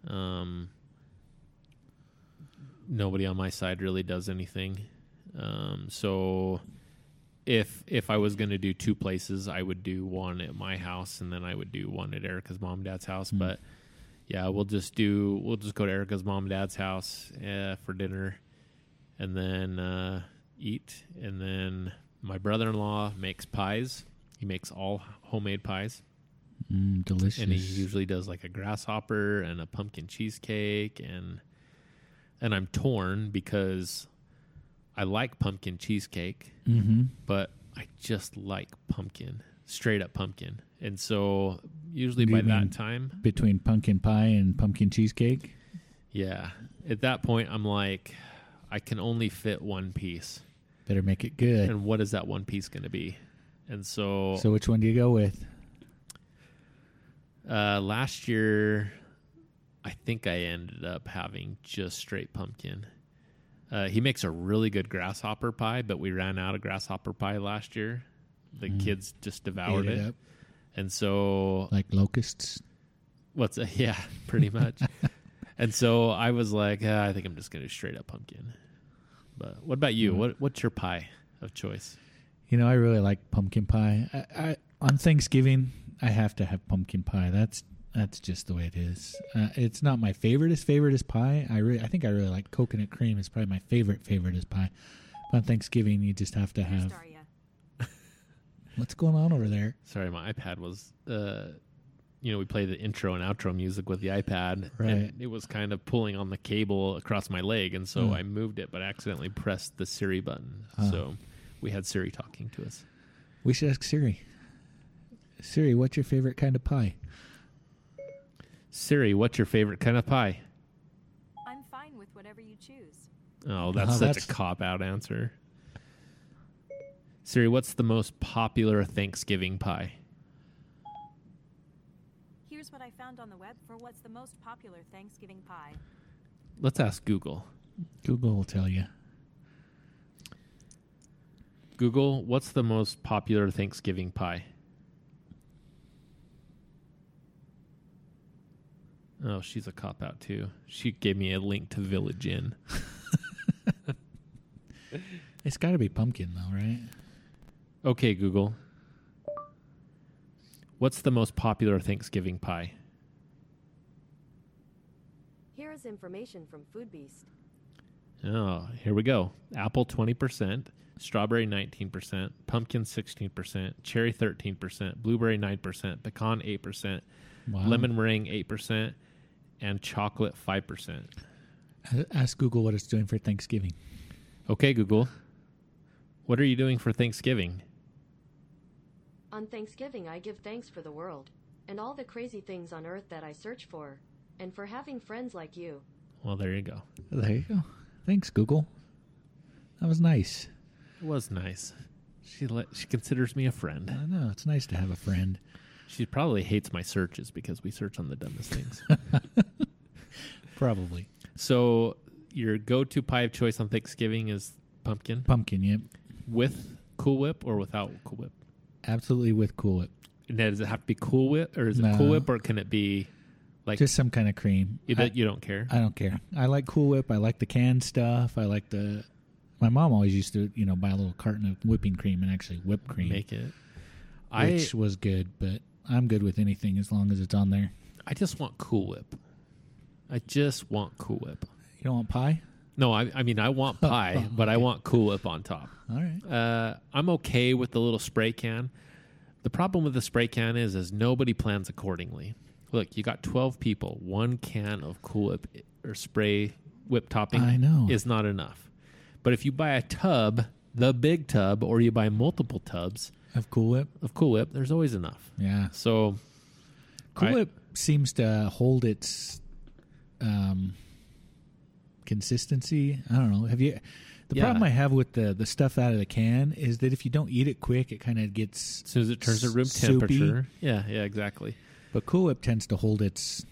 Um, nobody on my side really does anything. Um, so if if I was going to do two places, I would do one at my house and then I would do one at Erica's mom and dad's house.
Mm.
But yeah, we'll just do we'll just go to Erica's mom and dad's house uh, for dinner, and then uh, eat. And then my brother in law makes pies. He makes all homemade pies,
Mm, delicious.
and he usually does like a grasshopper and a pumpkin cheesecake and and I'm torn because I like pumpkin cheesecake
mm-hmm.
but I just like pumpkin, straight up pumpkin. And so usually
Do
by
you mean-
that time,
Between pumpkin pie and pumpkin cheesecake.
yeah, at that point I'm like I can only fit one piece.
Better make it good.
And what is that one piece going to be? And so,
So which one do you go with?
uh last year I think I ended up having just straight pumpkin. Uh, he makes a really good grasshopper pie, but we ran out of grasshopper pie last year. The kids just devoured
Ate
it.
up
And so
like locusts.
What's a, yeah, pretty much. and so I was like, ah, I think I'm just gonna do straight up pumpkin. But what about you? What what's your pie of choice?
You know, I really like pumpkin pie. I, I on Thanksgiving, I have to have pumpkin pie. That's that's just the way it is. Uh, it's not my favorite. Is favorite is pie. I really, I think I really like coconut cream. Is probably my favorite. Favorite is pie. But on Thanksgiving, you just have to have. What's going on over there?
Sorry, my iPad was. Uh, you know, we play the intro and outro music with the iPad,
Right.
and it was kind of pulling on the cable across my leg, and so
Hmm.
I moved it, but I accidentally pressed the Siri button.
Ah.
So we had Siri talking to us.
We should ask Siri. Siri, what's your favorite kind of pie?
Siri, what's your favorite kind of pie?
I'm fine with whatever you choose.
Oh, that's
Oh,
such
that's-
a cop out answer. Siri, what's the most popular Thanksgiving pie?
Here's what I found on the web for what's the most popular Thanksgiving pie.
Let's ask Google.
Google will tell you.
Google, what's the most popular Thanksgiving pie? Oh, she's a cop out too. She gave me a link to Village Inn.
It's got to be pumpkin though, right?
Okay, Google. What's the most popular Thanksgiving pie?
Here is information from Food Beast.
Oh, here we go. Apple 20%, strawberry 19%, pumpkin 16%, cherry 13%, blueberry 9%, pecan 8%,
Wow.
lemon meringue 8%, and chocolate 5%.
A- Ask Google what it's doing for Thanksgiving.
Okay, Google. What are you doing for Thanksgiving?
On Thanksgiving, I give thanks for the world and all the crazy things on earth that I search for, and for having friends like you.
Well, there you go.
There you go. Thanks, Google. That was nice.
It was nice. She let, she considers me a friend.
I know it's nice to have a friend.
She probably hates my searches because we search on the dumbest things.
Probably
so, your go-to pie of choice on Thanksgiving is pumpkin
pumpkin. Yep,
with Cool Whip or without Cool Whip?
absolutely with Cool Whip.
And then does it have to be Cool Whip, or is it
No.
Cool Whip, or can it be like
Just some kind of cream.
you,
I,
that you don't care?
I don't care. I like Cool Whip. I like the canned stuff. I like the. My mom always used to, you know, buy a little carton of whipping cream and actually whip cream,
Make it. I
which was good. But I'm good with anything as long as it's on there.
I just want Cool Whip. I just want Cool Whip.
You don't want pie?
No, I, I mean I
Oh,
want pie, but I want Cool Whip on top.
All right.
Uh, I'm okay with the little spray can. The problem with the spray can is, is nobody plans accordingly. Look, you got 12 people. One can of Cool Whip or spray whip topping
I know.
is not enough. But if you buy a tub, the big tub, or you buy multiple tubs
Of Cool Whip.
of Cool Whip, there's always enough.
Yeah.
So
Cool
I-
Whip seems to hold its um, consistency. I don't know. Have you? The
Yeah.
problem I have with the the stuff out of the can is that if you don't eat it quick, it kind of gets.
as soon as it turns to room
Soupy.
temperature, yeah, yeah, exactly.
But Cool Whip tends to hold its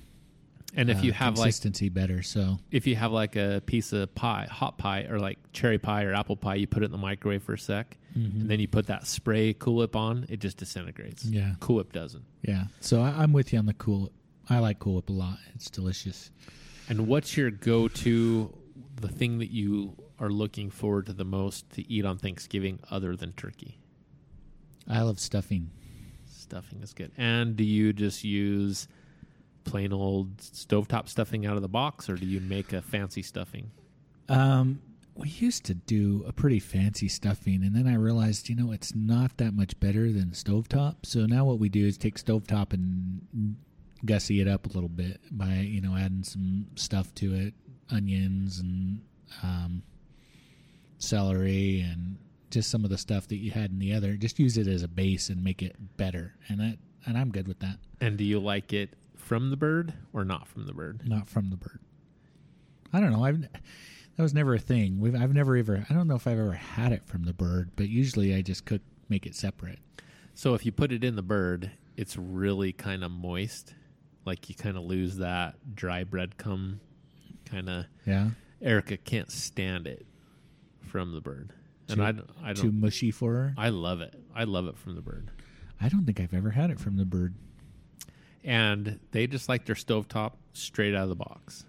And if
uh,
you have like
consistency better. So
if you have like a piece of pie, hot pie, or like cherry pie or apple pie, you put it in the microwave for a sec, and then you put that spray Cool Whip on, it just disintegrates.
Yeah.
Cool Whip doesn't.
yeah, so I, I'm with you on the Cool. Whip. I like Cool Whip a lot. It's delicious.
And what's your go-to, the thing that you are looking forward to the most to eat on Thanksgiving other than turkey?
I love stuffing.
Stuffing is good. And do you just use plain old stovetop stuffing out of the box or do you make a fancy stuffing?
Um, we used to do a pretty fancy stuffing, and then I realized, you know, it's not that much better than stovetop. So now what we do is take stovetop and gussy it up a little bit by, you know, adding some stuff to it, onions and um, celery and just some of the stuff that you had in the other. Just use it as a base and make it better. And that, and I'm good with that.
And do you like it from the bird or not from the bird?
Not from the bird. I don't know. I've that was never a thing. We've, I've never ever. I don't know if I've ever had it from the bird, but usually I just cook make it separate.
So if you put it in the bird, it's really kind of moist. Like you kind of lose that dry breadcrumb kind of.
Yeah,
Erica can't stand it from the bird. And
Too-
I, don't- I
too
don't.
mushy for her.
I love it. I love it from the bird.
I don't think I've ever had it from the bird.
and they just like their stovetop straight out of the box.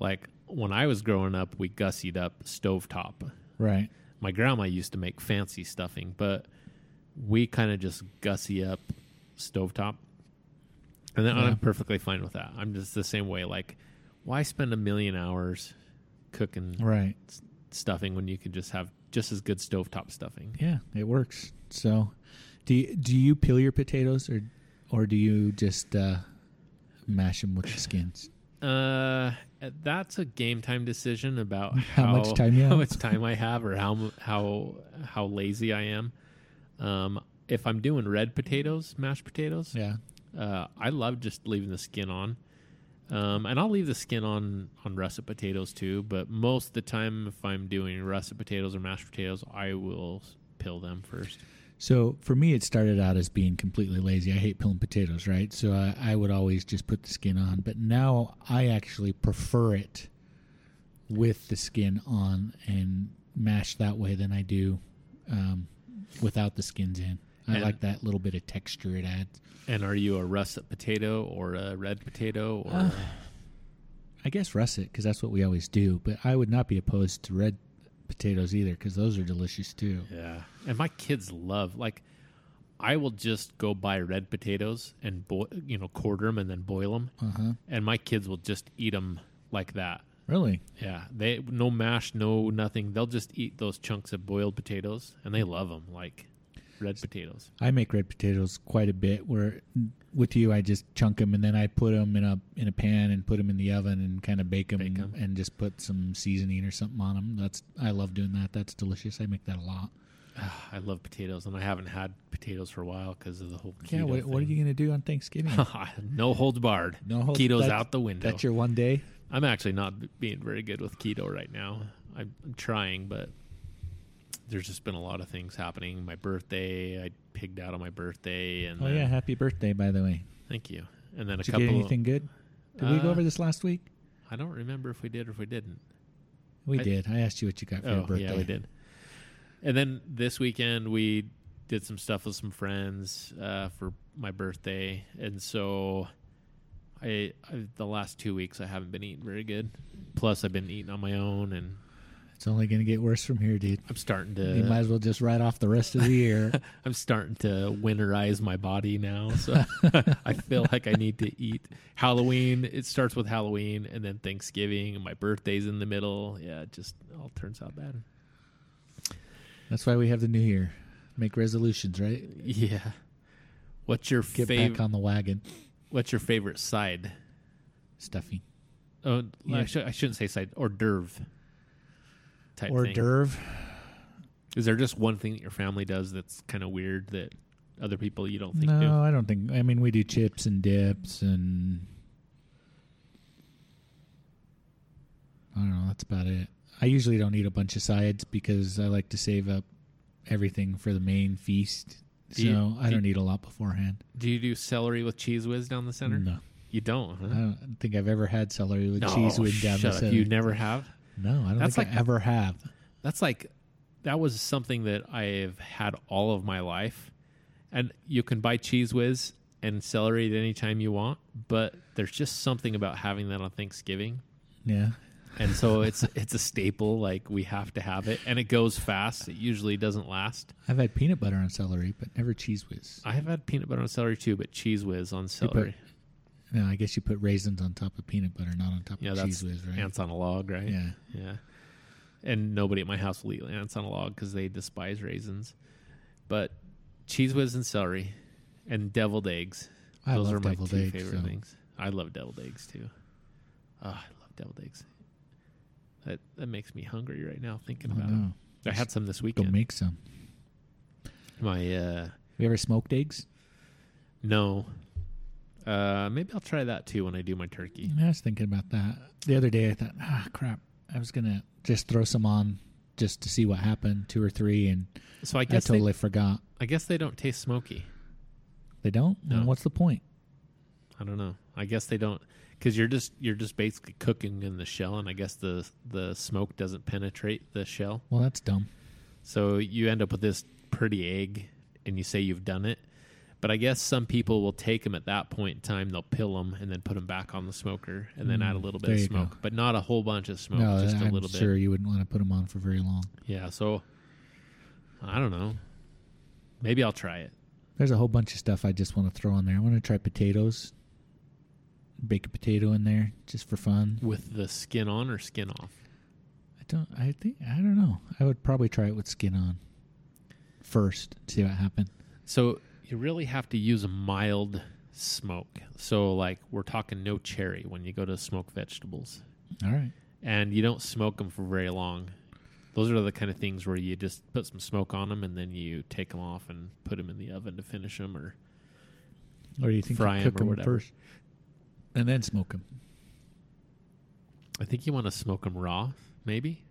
Like when I was growing up, we gussied up stovetop.
Right.
My grandma used to make fancy stuffing, but we kind of just gussy up stovetop. And then
Yeah.
I'm perfectly fine with that. I'm just the same way. Like, why spend a million hours cooking
Right.
stuffing when you could just have just as good stovetop stuffing?
Yeah, it works. So, do you, do you peel your potatoes or or do you just uh, mash them with the skins?
Uh, that's a game time decision about
How
how,
much time you
how
have.
much time I have, or how mu- how how lazy I am. Um, if I'm doing red potatoes, mashed potatoes,
Yeah.
uh, I love just leaving the skin on. Um, and I'll leave the skin on on russet potatoes too, but most of the time, if I'm doing russet potatoes or mashed potatoes, I will s- peel them first.
So for me, it started out as being completely lazy. I hate peeling potatoes, right? So I, I would always just put the skin on. But now I actually prefer it with the skin on and mash that way than I do um, without the skins in. I
And-
like that little bit of texture it adds.
And are you a russet potato or a red potato or?
Uh, I guess russet because that's what we always do. But I would not be opposed to red potatoes either because those are delicious too.
Yeah. And my kids love like I will just go buy red potatoes and boi- you know quarter them and then boil them
Uh huh.
and my kids will just eat them like that.
Really?
Yeah. They no mash, no nothing. They'll just eat those chunks of boiled potatoes and they love them like red potatoes.
I make red potatoes quite a bit. Where with you, I just chunk them and then I put them in a in a pan and put them in the oven and kind of bake them,
Bake 'em.
and, just put some seasoning or something on them. That's I love doing that. That's delicious. I make that a lot.
I love potatoes and I haven't had potatoes for a while cuz of the whole keto
Yeah. What, what are you gonna do on Thanksgiving?
thing. no holds barred.
No holds-
Keto's
that's-
out the window.
That's your one day.
I'm actually not b- being very good with keto right now. I'm, I'm trying, but there's just been a lot of things happening. My birthday, I pigged out on my birthday, and
Oh
then-
yeah, happy birthday by the way.
thank you. And then a
Did you
couple.
get anything good? Did we go
Uh,
over this last week?
I don't remember if we did or if we didn't.
We
I-
did. I asked you what you got for your
Oh
birthday.
yeah, we did. And then this weekend we did some stuff with some friends uh, for my birthday, and so I, I the last two weeks I haven't been eating very good. Plus, I've been eating on my own, and
It's only gonna get worse from here, dude.
I'm starting to.
You might as well just write off the rest of the year.
I'm starting to winterize my body now, so I feel like I need to eat. Halloween, it starts with Halloween, and then Thanksgiving, and my birthday's in the middle. Yeah, it just all turns out bad.
That's why we have the new year. Make resolutions, right?
Yeah. What's your
Get
favorite?
back on the wagon.
What's your favorite side?
Stuffing.
Oh,
Yeah.
actually, I shouldn't say side. Hors d'oeuvre. Type
Hors
thing.
d'oeuvre.
Is there just one thing that your family does that's kind of weird that other people you don't think
No,
do?
I don't think. I mean, we do chips and dips and. I don't know. That's about it. I usually don't eat a bunch of sides because I like to save up everything for the main feast. So
Do you-
I
do-
don't eat a lot beforehand.
Do you do celery with cheese whiz down the center?
No,
You don't. Huh?
I don't think I've ever had celery with cheese with down the
shut up.
center.
You never have.
no, I don't
That's
think I
like-
ever have.
That's like that was something that I've had all of my life, and you can buy cheese whiz and celery at any time you want, but there's just something about having that on Thanksgiving
Yeah,
and so it's it's a staple. Like we have to have it, and it goes fast. It usually doesn't last.
I've had peanut butter on celery, but never cheese whiz.
I have had peanut butter on celery too, but cheese whiz on celery.
No, I guess you put raisins on top of peanut butter, not on top
Yeah,
of
that's
cheese whiz, right?
ants on a log, right?
Yeah.
yeah. And nobody at my house will eat ants on a log because they despise raisins. But cheese whiz and celery, and deviled eggs.
I
Those
love
are my
deviled
two
eggs,
favorite
so-
things. I love deviled eggs too. Oh, I love deviled eggs. That that makes me hungry right now thinking
Oh,
about
no.
it. I had some this
Go
weekend.
make some.
my uh,
You ever smoked eggs?
no. Uh, maybe I'll try that too when I do my turkey.
I was thinking about that the other day. I thought, ah, crap. I was gonna just throw some on just to see what happened, two or three, and
So I
I,
guess
totally forgot.
they, I guess they don't taste smoky.
They don't.
No.
Then what's the point?
I don't know. I guess they don't because you're just you're just basically cooking in the shell, and I guess the the smoke doesn't penetrate the shell,
Well, that's dumb.
so you end up with this pretty egg, and you say you've done it. But I guess some people will take them at that point in time. They'll peel them and then put them back on the smoker, and then add a little bit
Mm, there
of
you go.
smoke, but not a whole bunch of smoke,
no,
just a
I'm
little
sure
bit.
you wouldn't want to put them on for very long.
Yeah. So I don't know. Maybe I'll try it.
There's a whole bunch of stuff I just want to throw on there. I want to try potatoes. Bake a potato in there just for fun.
with the skin on or skin off.
I don't. I think I don't know. I would probably try it with skin on first. See what happened.
So you really have to use a mild smoke. So like we're talking no cherry when you go to smoke vegetables,
All right.
and you don't smoke them for very long. Those are the kind of things where you just put some smoke on them and then you take them off and put them in the oven to finish them. Or
Or do you think
Fry
you
'em
cook
or
'em
whatever.
first and then smoke them?
I think you want to smoke them raw, maybe.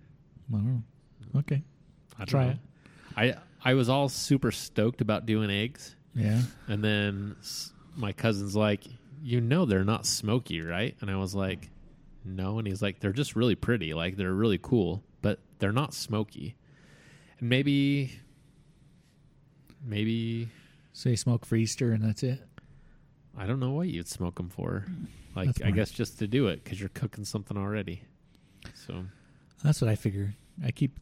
I don't know. Okay.
I don't
Try
know.
it.
I I was all super stoked about doing eggs,
Yeah.
and then s- my cousin's like, "You know they're not smoky, right?" And I was like, "No." And he's like, "They're just really pretty. Like they're really cool, but they're not smoky." And maybe, maybe
So you smoke for Easter and that's it.
I don't know what you'd smoke them for. Like
That's
I guess just to do it because you're cooking something already. So
That's what I figure. I keep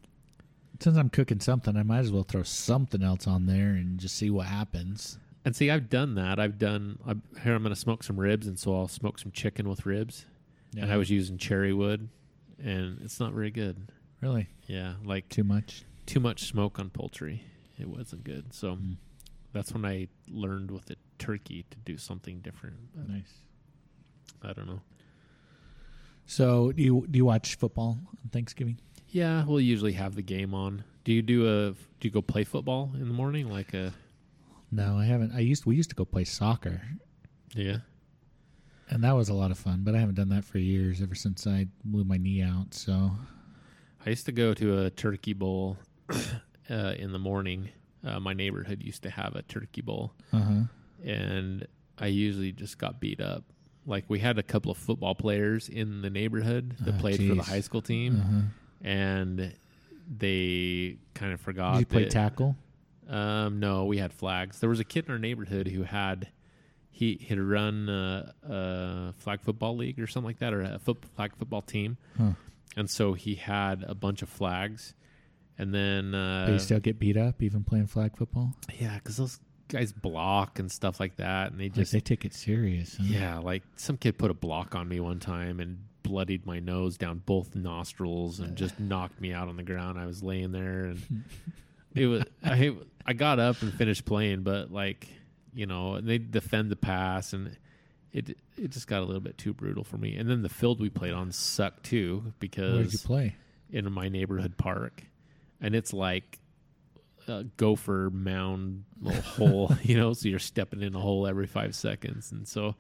since I'm cooking something, I might as well throw something else on there and just see what happens.
and see, I've done that. I've done i here. I'm going to smoke some ribs, and so I'll smoke some chicken with ribs. And I was using cherry wood, and it's not very good.
really
Yeah, like
too much.
too much smoke on poultry. It wasn't good. So
Mm.
that's when I learned with the turkey to do something different. But
Nice.
I don't know.
So do you do you watch football on Thanksgiving?
Yeah, we'll usually have the game on. Do you do a do you go play football in the morning like a
No, I haven't. I used we used to go play soccer,
yeah.
and that was a lot of fun. But I haven't done that for years. Ever since I blew my knee out, so
I used to go to a turkey bowl uh, in the morning. Uh, my neighborhood used to have a turkey bowl
uh huh.
and I usually just got beat up. Like we had a couple of football players in the neighborhood that
Oh,
played for the
geez.
high school team.
Uh-huh.
and they kind of forgot.
Did you play
that-
tackle?
Um, no, we had flags. There was a kid in our neighborhood who had he had run a, a flag football league or something like that, or a foot, flag football team,
Huh.
and so he had a bunch of flags. And then
But you
uh,
still get beat up even playing flag football?
yeah, because those guys block and stuff like that, and they
Like
just
they take it serious. Huh?
yeah, like some kid put a block on me one time and bloodied my nose down both nostrils and just knocked me out on the ground. I was laying there and it was I I got up and finished playing, but like you know, and they defend the pass and it it just got a little bit too brutal for me. And then the field we played on sucked too
Where did you
because
play?
in my neighborhood park, and it's like a gopher mound little hole, you know. So you're stepping in a hole every five seconds, and so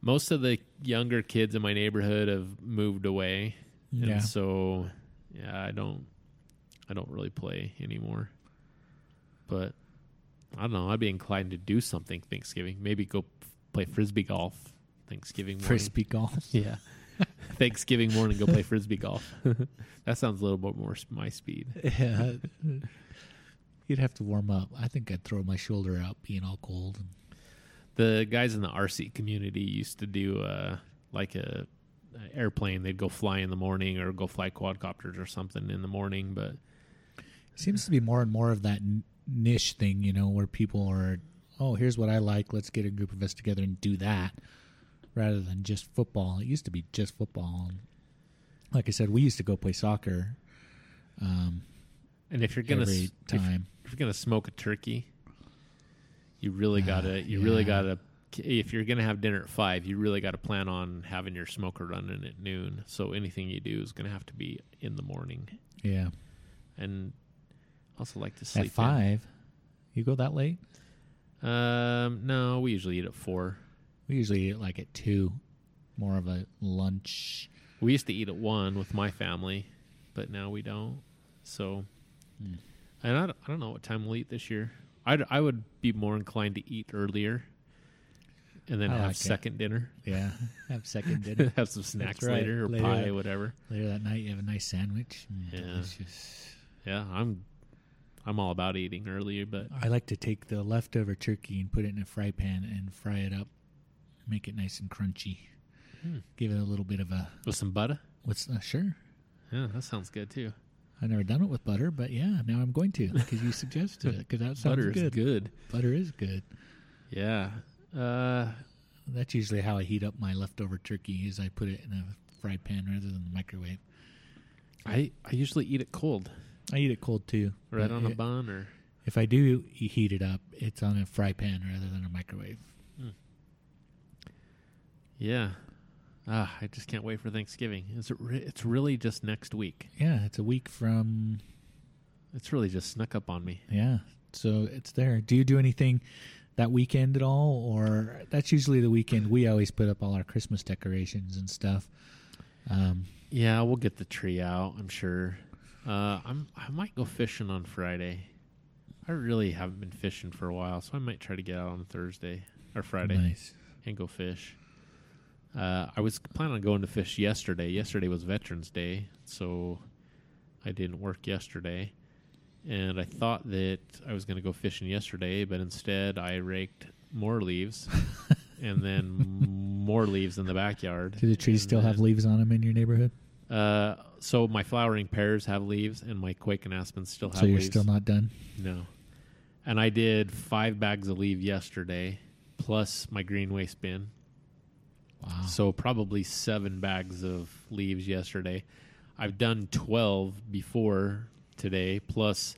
most of the younger kids in my neighborhood have moved away,
Yeah.
and so yeah, I don't, I don't really play anymore. But I don't know. I'd be inclined to do something Thanksgiving. Maybe go f- play frisbee golf Thanksgiving. morning.
Frisbee golf.
Yeah. Thanksgiving morning, go play frisbee golf. that sounds a little bit more s- my speed.
yeah. You'd have to warm up. I think I'd throw my shoulder out being all cold.
The guys in the RC community used to do uh, like a, uh, airplane. They'd go fly in the morning or go fly quadcopters or something in the morning. But
Seems to be more and more of that n- niche thing, you know, where people are, oh, here's what I like. Let's get a group of us together and do that, rather than just football. It used to be just football. And like I said, we used to go play soccer um,
and if you're gonna
every
s- if-
time.
if you're gonna smoke a turkey, you really gotta you really
Uh, yeah.
gotta if you're gonna have dinner at five, you really gotta plan on having your smoker running at noon. So anything you do is gonna have to be in the morning.
yeah,
And I also like to sleep
at
in.
five, you go that late.
Um, no, we usually eat at four.
We usually eat it, like at two, more of a lunch.
We used to eat at one with my family, but now we don't. So,
Hmm.
and I don't, I don't know what time we'll eat this year. I'd, I would be more inclined to eat earlier, and then
I
have
like it.
second dinner,
Yeah, have second dinner
have some snacks
right,
later or
later.
pie, whatever.
later that night. You have a nice sandwich. Mm,
Yeah.
delicious.
Yeah, I'm, I'm all about eating earlier, but
I like to take the leftover turkey and put it in a fry pan and fry it up, make it nice and crunchy.
Hmm.
Give it a little bit of a
with some butter.
what's uh, sure.
Yeah, that sounds good too.
I've never done it with butter, but yeah, now I'm going to because you suggested it because that sounds
butter
good.
is good.
Butter is good.
Yeah. Uh,
That's usually how I heat up my leftover turkey is I put it in a fry pan rather than the microwave.
I I usually eat it cold,
I eat it cold too.
right
but
on a
it-
bun or.
If I do e- heat it up, it's on a fry pan rather than a microwave.
Yeah. Ah, I just can't wait for Thanksgiving. Is it re- it's really just next week.
Yeah, it's a week from
It's really just snuck up on me.
Yeah. So it's there. Do you do anything that weekend at all? Or that's usually the weekend we always put up all our Christmas decorations and stuff. Um,
Yeah, we'll get the tree out, I'm sure. Uh, I'm I might go fishing on Friday. I really haven't been fishing for a while, so I might try to get out on Thursday or Friday
Nice.
and go fish. Uh, I was planning on going to fish yesterday. Yesterday was Veterans Day, so I didn't work yesterday. And I thought that I was going to go fishing yesterday, but instead I raked more leaves and then more leaves in the backyard.
Do the trees
And
still have
then-
leaves on them in your neighborhood?
Uh, so my flowering pears have leaves, and my quake and aspens still have
So you're
leaves.
still not done?
No. And I did five bags of leave yesterday, plus my green waste bin.
Wow.
So probably seven bags of leaves yesterday. I've done twelve before today, plus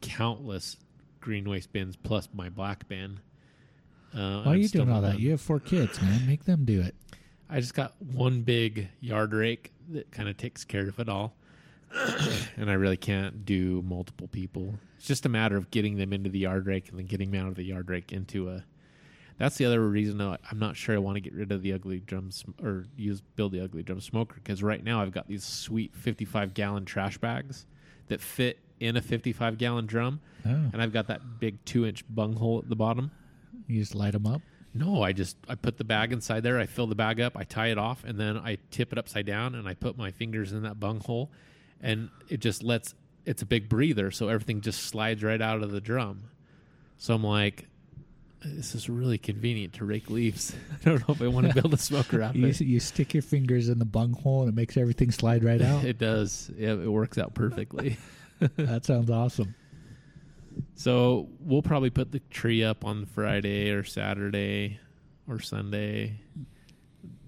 countless green waste bins, plus my black bin. Uh,
Why are
I'm
you
still
doing all
not
that?
done.
You have four kids, man. Make them do it.
I just got one big yard rake that kind of takes care of it all. and I really can't do multiple people. It's just a matter of getting them into the yard rake and then getting them out of the yard rake into a. That's the other reason I- I'm not sure I want to get rid of the ugly drum sm- or use build the ugly drum smoker because right now I've got these sweet 55 gallon trash bags that fit in a 55 gallon drum,
Oh.
and I've got that big two inch bung hole at the bottom.
You just light them up.
No, I just I put the bag inside there. I fill the bag up. I tie it off, and then I tip it upside down, and I put my fingers in that bunghole, and it just lets. It's a big breather, so everything just slides right out of the drum. So I'm like, this is really convenient to rake leaves. I don't know if I want to build a smoker out
You,
there.
s- you stick your fingers in the bunghole and it makes everything slide right out.
It does. Yeah, it works out perfectly.
that sounds awesome.
So we'll probably put the tree up on Friday or Saturday or Sunday.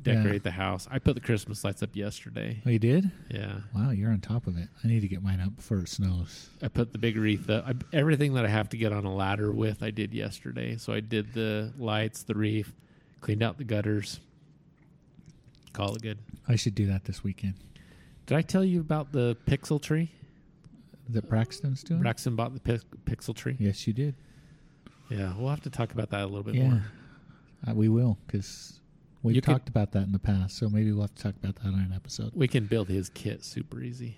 Decorate
Yeah.
the house. I put the Christmas lights up yesterday.
Oh, you did?
Yeah,
Wow, you're on top of it. I need to get mine up before it snows.
I put the big wreath up. I, everything that I have to get on a ladder with, I did yesterday. So I did the lights, the wreath, cleaned out the gutters. Call it good.
I should do that this weekend.
Did I tell you about the pixel tree?
The Braxton's doing?
Braxton bought the pi- pixel tree.
Yes, you did.
Yeah, we'll have to talk about that a little bit
Yeah,
more.
uh, we will because we've
You could-
talked about that in the past. So maybe we'll have to talk about that on an episode.
We can build his kit super easy.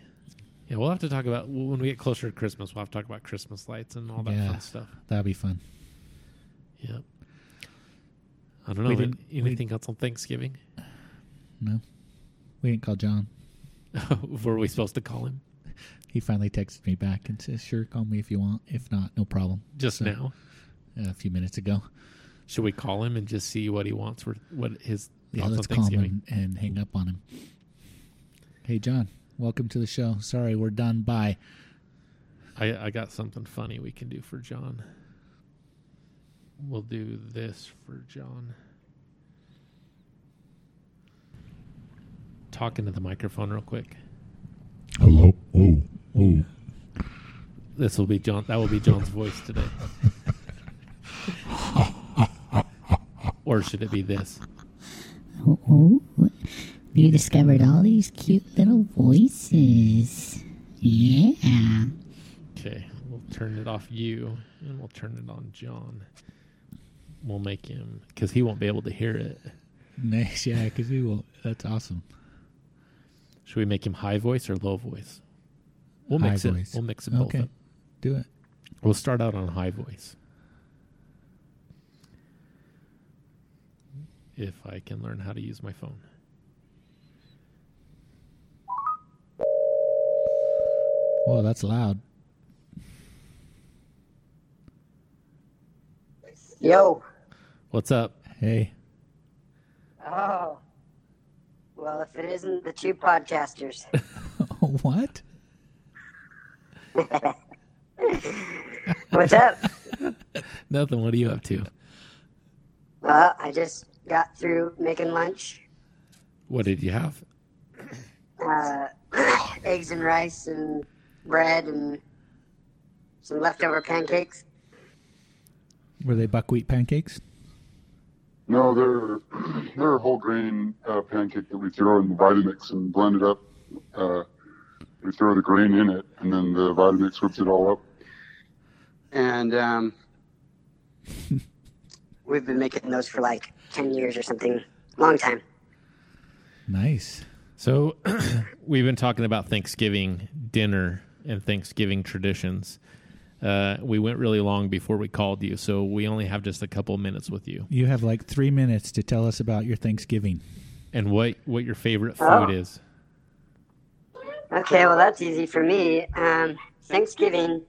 Yeah, we'll have to talk about when we get closer to Christmas. We'll have to talk about Christmas lights and all that
Yeah.
fun stuff.
That'd be fun.
Yeah. I don't know.
We
an-
didn't- we-
anything else on Thanksgiving?
No, we didn't call John.
Were we supposed to call him
He finally texted me back and says, "Sure, call me if you want. If not, no problem."
just
So,
now?
uh, a few minutes ago.
Should we call him and just see what he wants? For, what his
Yeah,
thoughts on
let's call
Thanksgiving.
him and, and hang up on him. Hey, John, welcome to the show. Sorry, we're done. Bye.
I, I got something funny we can do for John. We'll do this for John. Talk into the microphone real quick.
Hello. Oh, oh.
This will be John. That will be John's voice today. or should it be this?
Oh, oh, what- you discovered all these cute little voices. Yeah.
Okay, we'll turn it off you, and we'll turn it on John. We'll make him because he won't be able to hear it.
Nice. Yeah, because we will. That's awesome.
Should we make him high voice or low voice? We'll
High
mix it.
voice.
We'll mix it both.
Okay.
Up.
Do it.
We'll start out on high voice. If I can learn how to use my phone.
Whoa, that's loud.
Yo.
What's up?
Hey.
Oh. Well, if it isn't the two podcasters,
Oh, what?
what's up?
Nothing. What are you up to?
Well, I just got through making lunch.
What did you have?
Uh, eggs and rice and bread and some leftover pancakes.
Were they buckwheat pancakes?
No, they're they're a whole grain uh, pancake that we throw in the Vitamix and blend it up. Uh, we throw the grain in it, and then the Vitamix whips it all up.
And um, we've been making those for like 10 years or something. Long time.
Nice.
So, we've been talking about Thanksgiving dinner and Thanksgiving traditions. Uh, we went really long before we called you, so we only have just a couple minutes with you
You have like three minutes to tell us about your Thanksgiving.
and what what your favorite food
Oh.
is.
Okay, well, that's easy for me. Um, Thanksgiving.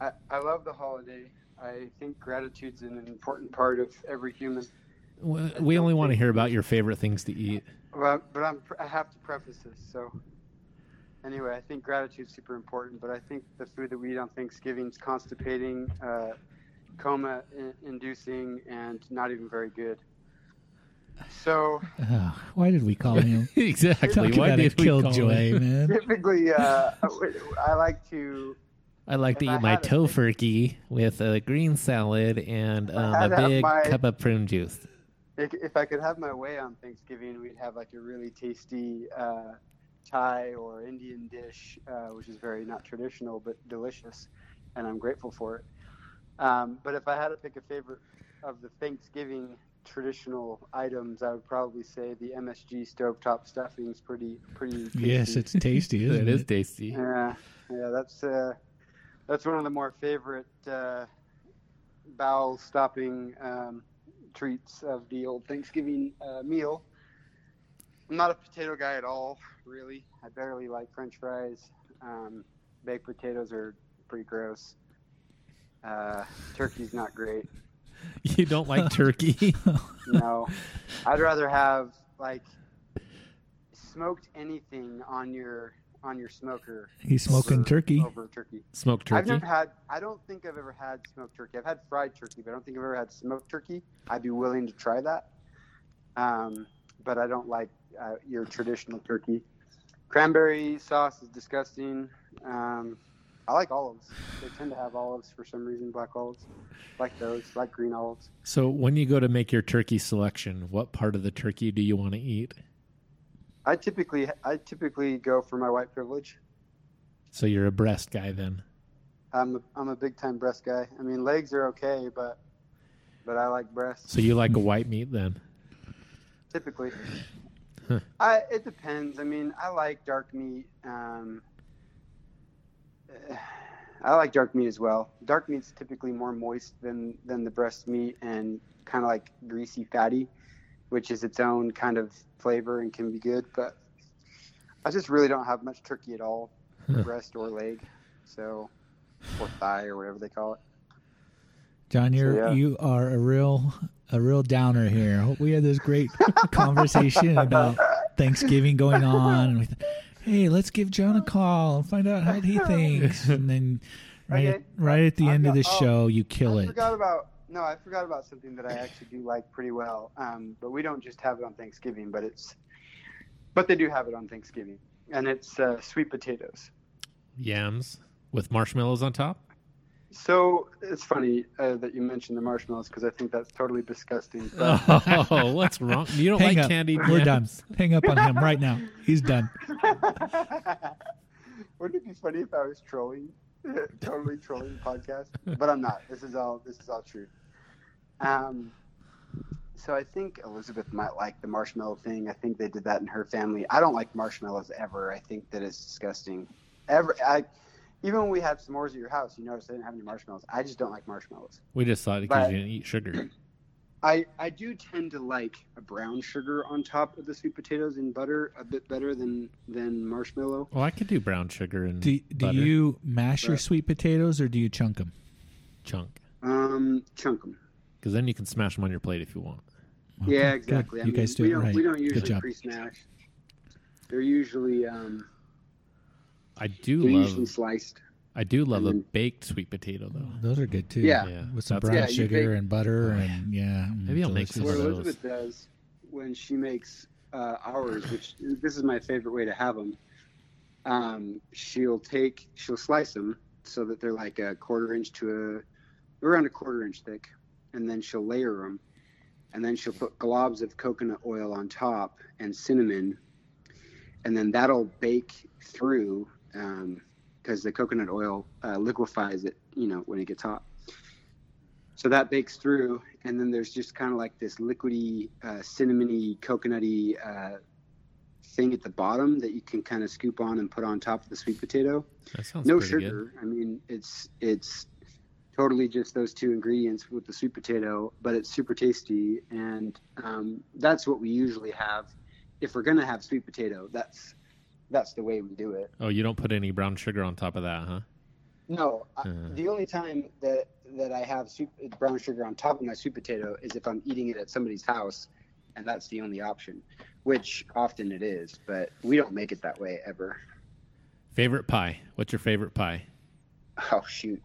I, I love the holiday. I think gratitude's an important part of every human.
We we only want to hear about your favorite things to eat.
But, but I'm, I have to preface this. So, anyway, I think gratitude's super important. But I think the food that we eat on Thanksgiving is constipating, uh, coma in- inducing, and not even very good. So,
Oh, why did we call him?
exactly.
Talk about a killjoy, man.
typically, uh, I- I like to
I like to
If I
eat my
had a
tofurkey with a green salad and
I
um, a
had
big
my-
cup of prune juice.
If, if I could have my way on Thanksgiving, we'd have like a really tasty uh, Thai or Indian dish, uh, which is very not traditional but delicious, and I'm grateful for it. Um, but if I had to pick a favorite of the Thanksgiving traditional items, I would probably say the MSG stovetop stuffing is pretty pretty. Tasty.
Yes, it's tasty,
It
isn't it?
is tasty.
Yeah, yeah, that's uh, that's one of the more favorite uh, bowel stopping um, treats of the old Thanksgiving uh, meal. I'm not a potato guy at all, really. I barely like French fries. Um, baked potatoes are pretty gross. Uh, turkey's not great.
You don't like turkey?
No, I'd rather have like smoked anything on your on your smoker.
He's smoking
over-
turkey.
over turkey.
Smoked
I've
turkey.
never had. I don't think I've ever had smoked turkey. I've had fried turkey, but I don't think I've ever had smoked turkey. I'd be willing to try that, um, but I don't like uh, your traditional turkey. Cranberry sauce is disgusting. Um, I like olives. They tend to have olives for some reason. Black olives, like those, like green olives.
So when you go to make your turkey selection, what part of the turkey do you want to eat?
I typically, I typically go for my white privilege.
So you're a breast guy then.
I'm, a, I'm a big time breast guy. I mean, legs are okay, but, but I like breasts.
So you like a white meat then.
typically. I it depends. I mean, I like dark meat. Um, eh, I like dark meat as well. Dark meat's typically more moist than than the breast meat and kind of like greasy fatty, which is its own kind of flavor and can be good. But I just really don't have much turkey at all, breast or leg, so or thigh or whatever they call it.
John, you're
yeah.
you are a real a real downer here. We had this great conversation about Thanksgiving going on, and we thought, hey, let's give John a call and find out how he thinks. And then right
Okay.
right at the
I've
end of
got-
the
oh,
show, you kill
I
it.
forgot about no, I forgot about something that I actually do like pretty well. Um, but we don't just have it on Thanksgiving, but it's but they do have it on Thanksgiving, and it's uh, sweet potatoes.
Yams with marshmallows on top.
So it's funny uh, that you mentioned the marshmallows because I think that's totally disgusting. but-
Oh, what's wrong? You don't
Hang
like
up.
candy?
We're done. Hang up on him right now. He's done.
Wouldn't it be funny if I was trolling, totally trolling the podcast? But I'm not. This is all. This is all true. Um, so I think Elizabeth might like the marshmallow thing. I think they did that in her family. I don't like marshmallows ever. I think that it's disgusting. Ever, I, even when we had s'mores at your house, you noticed I didn't have any marshmallows. I just don't like marshmallows.
We just thought it because
But-
you didn't eat sugar.
I, I do tend to like a brown sugar on top of the sweet potatoes and butter a bit better than than marshmallow.
Well, Oh, I could do brown sugar and
Do, do
butter.
you mash your
Right.
sweet potatoes or do you chunk them?
chunk?
Um, chunk them.
Because then you can smash them on your plate if you want.
Yeah, exactly. I
You
mean,
guys do
we
it
don't,
right.
We don't
Good
usually
job.
pre-smash. They're usually um,
I do
they're
love.
usually sliced.
I do love a
Mhm.
baked sweet potato though.
Those are good too.
Yeah.
Yeah,
With some
that's-
brown
Yeah, you
sugar
bake- Oh,
and butter and yeah. mm,
Maybe I'll make
delicious.
some
What
of those.
Elizabeth does when she makes uh, ours, which this is my favorite way to have them. Um, she'll take she'll slice them so that they're like a quarter inch to a around a quarter inch thick, and then she'll layer them, and then she'll put globs of coconut oil on top and cinnamon, and then that'll bake through because the coconut oil uh, liquefies it, you know, when it gets hot. So that bakes through, and then there's just kind of like this liquidy, uh, cinnamony, coconutty uh, thing at the bottom that you can kind of scoop on and put on top of the sweet potato.
That sounds
no
pretty good.
sugar. I mean, it's it's totally just those two ingredients with the sweet potato, but it's super tasty, and um, that's what we usually have. If we're gonna have sweet potato, that's that's the way we do it.
Oh, you don't put any brown sugar on top of that, huh?
No, I
Uh-huh.
the only time that that I have soup, brown sugar on top of my sweet potato is if I'm eating it at somebody's house, and that's the only option, which often it is. But we don't make it that way ever.
Favorite pie? What's your favorite pie?
Oh shoot!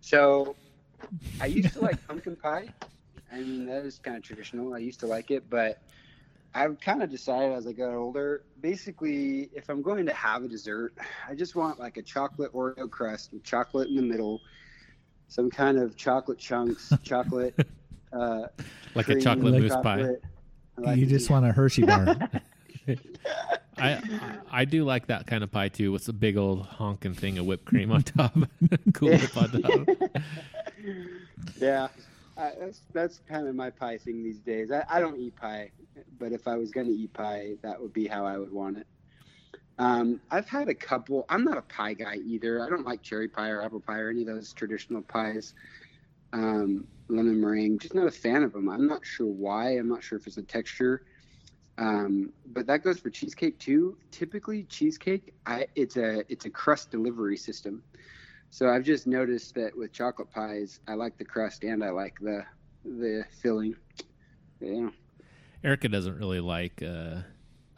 So I used to like pumpkin pie. I mean, that is kind of traditional. I used to like it, but I've kind of decided as I got older. Basically, if I'm going to have a dessert, I just want like a chocolate Oreo crust with chocolate in the middle, some kind of chocolate chunks, chocolate, uh,
Like a
cream,
chocolate mousse pie.
chocolate. I like
you
to
just
do-
want a Hershey bar.
I I- I do like that kind of pie too. With a big old honking thing of whipped cream on top, cool whip on top.
yeah, I, that's that's kind of my pie thing these days. I, I don't eat pie, but if I was going to eat pie, that would be how I would want it. Um, I've had a couple. I'm not a pie guy either. I don't like cherry pie or apple pie or any of those traditional pies. Um, lemon meringue, just not a fan of them. I'm not sure why. I'm not sure if it's the texture. Um, but that goes for cheesecake too. Typically, cheesecake, I, it's a it's a crust delivery system. So I've just noticed that with chocolate pies, I like the crust and I like the the filling. Yeah.
Erica doesn't really like uh,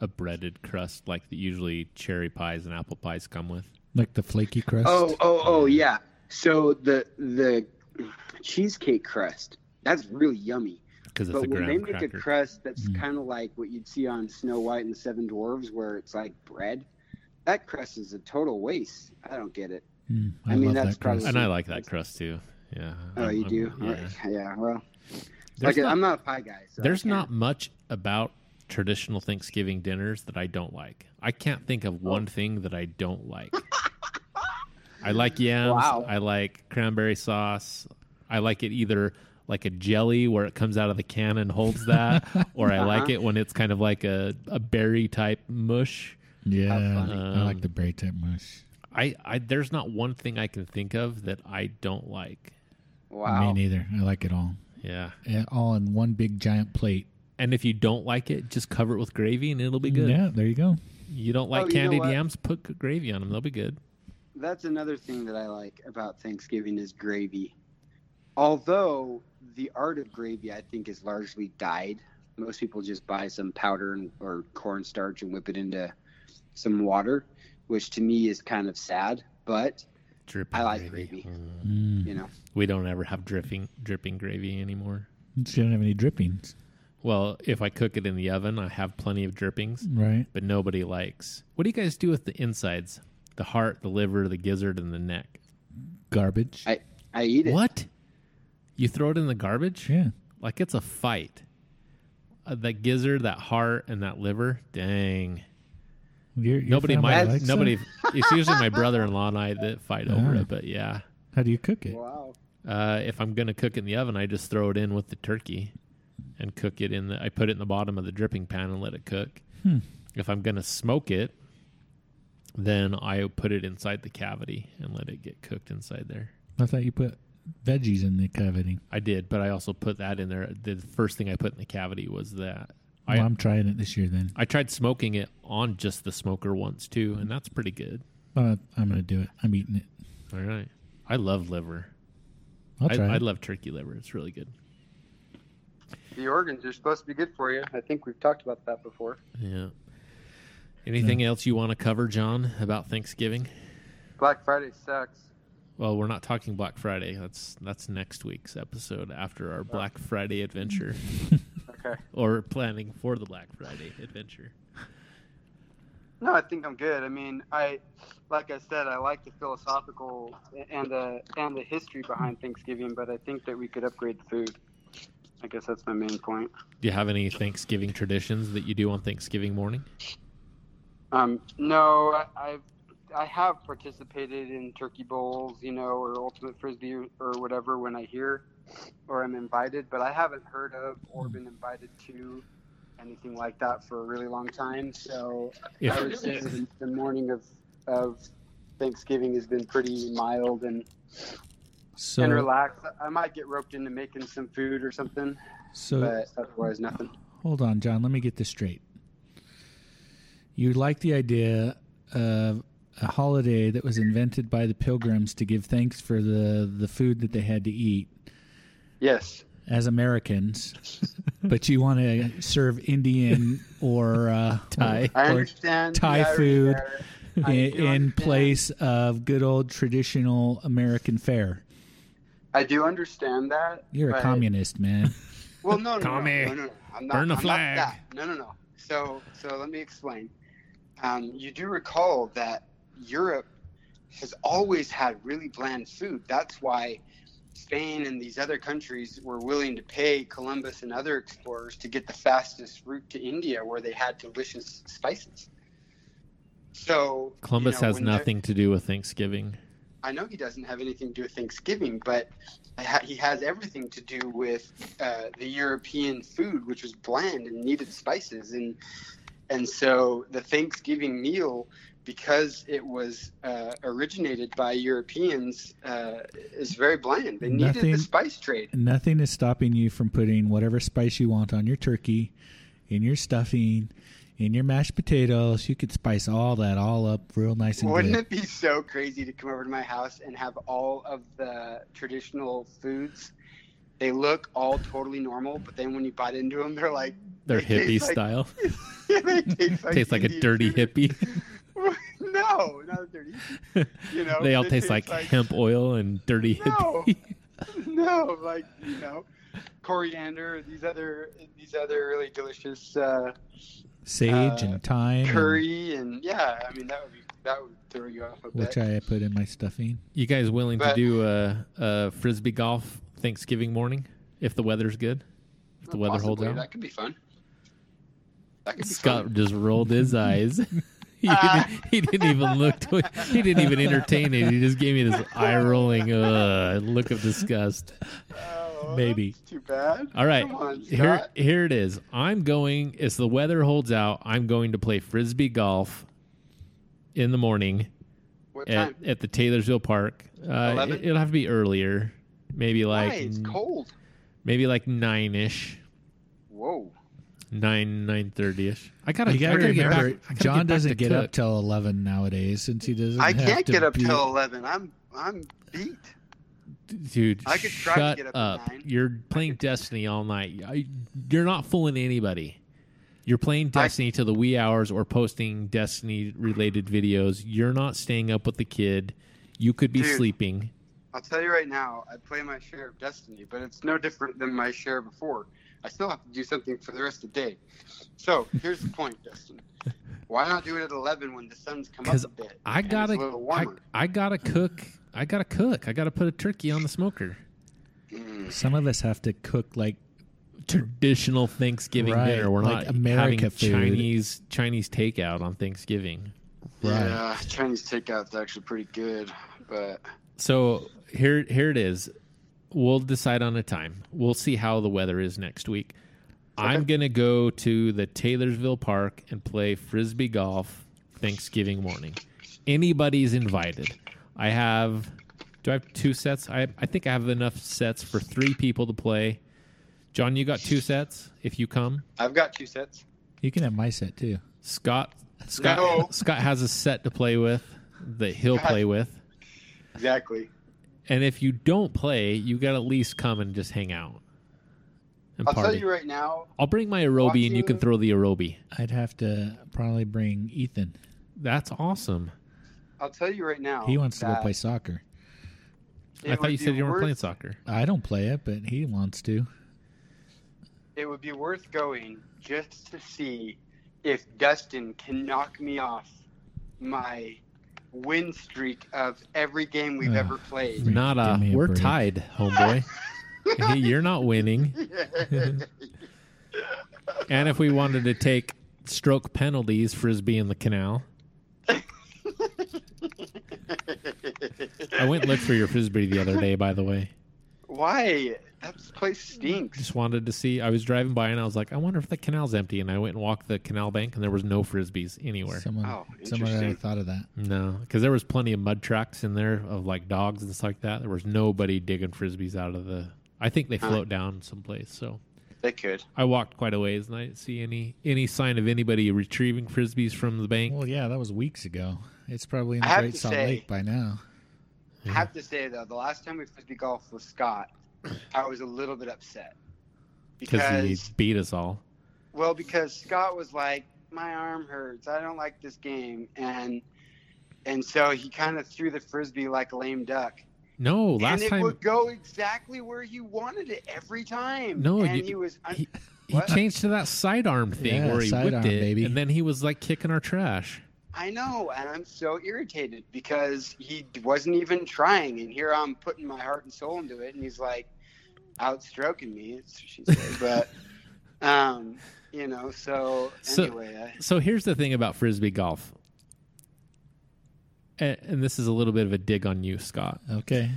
a breaded crust like that usually cherry pies and apple pies come with.
like the flaky crust.
Oh, oh, oh, yeah. So the the cheesecake crust that's really yummy.
Because it's a
But when they
graham
make
cracker. Mm-hmm.
a crust that's
Mm.
kind of like what you'd see on Snow White and the Seven Dwarves, where it's like bread, that crust is a total waste. I don't get it.
Mm, I,
I mean,
love
that's
that crust.
and I like that crust too. Yeah.
Oh,
I'm-
you
I'm-
do?
yeah.
Yeah. yeah well,
There's
like,
not-
I'm not a pie guy. So I
There's
can't-
not much about traditional Thanksgiving dinners that I don't like. I can't think of
Oh.
one thing that I don't like. I like yams.
Wow.
I like cranberry sauce. I like it either like a jelly where it comes out of the can and holds that, or I like
Uh-huh.
it when it's kind of like a, a berry type mush.
yeah, I
Um,
like the berry tip mush.
I, I there's not one thing I can think of that I don't like.
Wow.
Me neither. I like it all.
Yeah.
Eh, All in one big giant plate.
And if you don't like it, just cover it with gravy and it'll be good.
Yeah, there you go.
You don't like
Oh, you know
candied
what?
yams, put g- gravy on them. They'll be good.
That's another thing that I like about Thanksgiving is gravy. Although the art of gravy, I think, is largely dyed. Most people just buy some powder and, or cornstarch and whip it into some water, which to me is kind of sad. But
Dripping
I like
gravy.
gravy.
Mm.
Mm.
you know,
We don't ever have dripping dripping gravy anymore.
She don't have any drippings,
Well, if I cook it in the oven, I have plenty of drippings,
right?
but nobody likes. What do you guys do with the insides? The heart, the liver, the gizzard, and the neck.
Garbage.
I I eat it.
What? You throw it in the garbage?
yeah.
Like it's a fight. Uh, that gizzard, that heart, and that liver. Dang.
Your- your
nobody
family
might.
likes
Nobody.
that?
It's usually my brother-in-law and I that fight over
Ah.
it. But yeah,
How do you cook it?
Wow.
uh, if I'm gonna cook it in the oven, I just throw it in with the turkey, and cook it in the. I put it in the bottom of the dripping pan and let it cook. If I'm gonna smoke it, then I put it inside the cavity and let it get cooked inside there.
I thought you put veggies in the cavity.
I did, but I also put that in there. The first thing I put in the cavity was that. I,
Well, I, am trying it this year. Then
I tried smoking it on just the smoker once too, and that's pretty good.
Uh, I'm going to do it. I'm eating it.
All right. I love liver.
I'll
I,
try.
I
it.
love turkey liver. It's really good.
The organs are supposed to be good for you. I think we've talked about that before.
Yeah. Anything else you want to cover, John, about Thanksgiving?
Black Friday sucks.
Well, we're not talking Black Friday. That's that's next week's episode after
Oh.
our Black Friday adventure
Okay.
or planning for the Black Friday adventure.
No, I think I'm good. I mean, I like I said, I like the philosophical and the and the history behind Thanksgiving, but I think that we could upgrade the food. I guess that's my main point.
Do you have any Thanksgiving traditions that you do on Thanksgiving morning?
Um, no, I, I've I have participated in turkey bowls, you know, or ultimate frisbee or, or whatever when I hear or I'm invited, but I haven't heard of or
Hmm.
been invited to anything like that for a really long time. So
If-
I would say the, the morning of of Thanksgiving has been pretty mild and,
so,
and relaxed. I might get roped into making some food or something,
so
but otherwise nothing.
Hold on, John. Let me get this straight. You like the idea of a holiday that was invented by the pilgrims to give thanks for the, the food that they had to eat
Yes.
as Americans, but you want to serve Indian or uh, Thai
I
or
understand. the
Thai
irony
food
there.
in,
I do
in
understand.
place of good old traditional American fare.
I do understand that.
You're a
but-
communist, man.
Well, no, no,
Commie.
no, no, no, no. I'm not,
Burn the
I'm not
flag.
that. No, no, no. So, so let me explain. Um, you do recall that Europe has always had really bland food. That's why Spain and these other countries were willing to pay Columbus and other explorers to get the fastest route to India, where they had delicious spices. So you
Columbus
know,
has
when they're-
nothing to do with Thanksgiving.
I know he doesn't have anything to do with Thanksgiving, but I ha- he has everything to do with uh, the European food, which was bland and needed spices, and and so the Thanksgiving meal, because it was uh, originated by Europeans, uh, is very bland. They needed
Nothing-
the spice trade.
Nothing is stopping you from putting whatever spice you want on your turkey, in your stuffing, in your mashed potatoes. You could spice all that all up real nice and
Wouldn't
good.
it be so crazy to come over to my house and have all of the traditional foods? They look all totally normal, but then when you bite into them, they're like
They're
It
hippie
tastes like-
style.
they taste like,
Tastes like a
Indian
dirty
food.
hippie.
no, not a dirty. You know,
they all
it
taste like, hemp oil and dirty
No.
hippie.
No, like you know, coriander. These other, these other really delicious uh,
Sage
uh,
and thyme, and-
curry, and yeah, I mean that would be that would throw you off a bit.
which I put in my stuffing.
You guys willing to
But-
do a, a frisbee golf Thanksgiving morning if the weather's good? If the weather holds
Possibly,
out?
That could be fun. That could be
Scott
fun.
just rolled his eyes. he,
Uh,
didn't, he didn't even look. To, he didn't even entertain it. He just gave me this eye rolling uh, look of disgust.
Oh,
maybe.
that's too bad.
All right,
Come on,
here
Scott.
here it is. I'm going. As the weather holds out, I'm going to play frisbee golf in the morning
What
at,
time?
at the Taylorsville Park. Uh,
11?
it, will have to be earlier, maybe like
Why? It's
n-
cold.
maybe like nine ish,
Whoa.
nine nine thirty ish. I gotta,
You
I
gotta
gotta get
remember,
back- I gotta
John
back
doesn't
to
get
cook.
up till eleven nowadays, since he doesn't.
I
have
can't
to
get up
be-
till eleven. I'm I'm beat.
Dude,
I could try to
shut
get up at
up.
nine.
You're playing Destiny all night. I- You're not fooling anybody. You're playing
I-
Destiny till the wee hours or posting Destiny related videos. You're not staying up with the kid. You could be
Dude.
sleeping.
I'll tell you right now, I play my share of Destiny, but it's no different than my share before. I still have to do something for the rest of the day. So here's the point, Dustin. Why not do it at 11 when the sun's come up
'Cause
a bit?
I
and it's
gotta,
a little
I,
warmer.
I gotta cook. I gotta cook. I gotta put a turkey on the smoker.
Mm.
Some of us have to cook like
Traditional Thanksgiving
Right,
dinner. We're
like
not
America
having
food.
Chinese Chinese takeout on Thanksgiving.
Yeah, Chinese takeout's actually pretty good, but
So here, here it is. We'll decide on a time. We'll see how the weather is next week. I'm gonna go to the Taylorsville Park and play frisbee golf Thanksgiving morning. Anybody's invited. I have. Do I have two sets? I I think I have enough sets for three people to play. John, you got two sets. If you come,
I've got two sets.
you can have my set too.
Scott Scott
No.
Scott has a set to play with that he'll play with.
Exactly.
And if you don't play, you got to at least come and just hang out and
I'll
party.
tell you right now,
I'll bring my aerobie and you can
Watching-
throw the aerobie.
I'd have to probably bring Ethan.
That's awesome.
I'll tell you right now.
He wants to go
that
play soccer.
it
I thought
would
you
be
said you weren't
worth-
playing soccer.
I don't play it, but he wants to.
It would be worth going just to see if Dustin can knock me off my win streak of every game we've
Ugh.
ever played.
Nada.
me a
uh, We're
break.
tied, homeboy. Hey, You're not winning. And if we wanted to take stroke penalties, frisbee in the canal. I went and looked for your frisbee the other day, by the way.
Why? That place stinks.
Just wanted to see. I was driving by and I was like, I wonder if the canal's empty. And I went and walked the canal bank and there was no frisbees anywhere.
Someone,
Oh,
someone already
interesting.
thought of that.
No, because there was plenty of mud tracks in there of like dogs and stuff like that. There was nobody digging frisbees out of the. I think they float down someplace. So
They could.
I walked quite a ways and I didn't see any any sign of anybody retrieving frisbees from the bank.
Well, yeah, that was weeks ago. It's probably in
I
the
have
Great
to
Salt
say-
Lake by now.
I have to say though, the last time we frisbee golfed with Scott, I was a little bit upset
Because he
because
beat us all.
Well, because Scott was like, "My arm hurts. I don't like this game," and and so he kind of threw the frisbee like a lame duck,
No,
and
last
it
time
would go exactly where he wanted it every time.
No,
and
you-
he was un-
he, he
What?
changed to that sidearm thing
Yeah,
where he
sidearm,
whipped it,
baby.
and then he was like kicking our trash.
I know, and I'm so irritated because he wasn't even trying, and here I'm putting my heart and soul into it, and he's like outstroking me. It's what she said, but um, you know, so
So-
anyway, I,
So here's the thing about frisbee golf, and, and this is a little bit of a dig on you, Scott.
Okay.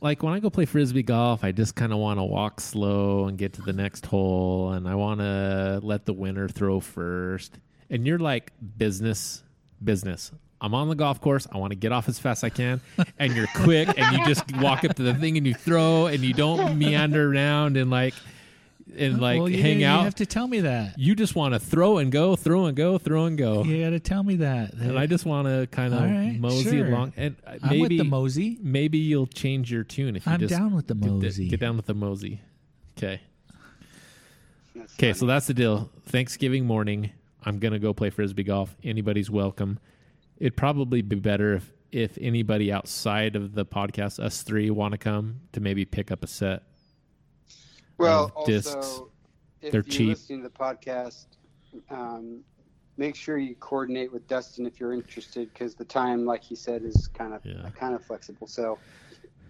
like when I go play frisbee golf, I just kind of want to walk slow and get to the next hole, and I want to let the winner throw first. And you're like business, business. I'm on the golf course. I want to get off as fast as I can, and you're quick, and you just walk up to the thing and you throw, and you don't meander around and like and like
Uh, well, you
hang
didn't-
out.
You have to tell me that.
you just want to throw and go, throw and go, throw and go.
You got to tell me that.
And I just want to kind of
All right,
mosey
sure.
along, and uh,
I'm
maybe
with the mosey.
maybe you'll change your tune if you
I'm
just
down with the
get th-
mosey.
Get, down with the mosey. Okay.
that's
Okay.
funny.
So that's the deal. Thanksgiving morning, I'm gonna go play frisbee golf. Anybody's welcome. It'd probably be better if if anybody outside of the podcast, us three, want to come to maybe pick up a set.
Well,
of
also,
discs.
if
They're
you're
cheap.
listening to the podcast, um, make sure you coordinate with Dustin if you're interested, because the time, like he said, is kind of
Yeah.
kind of flexible. So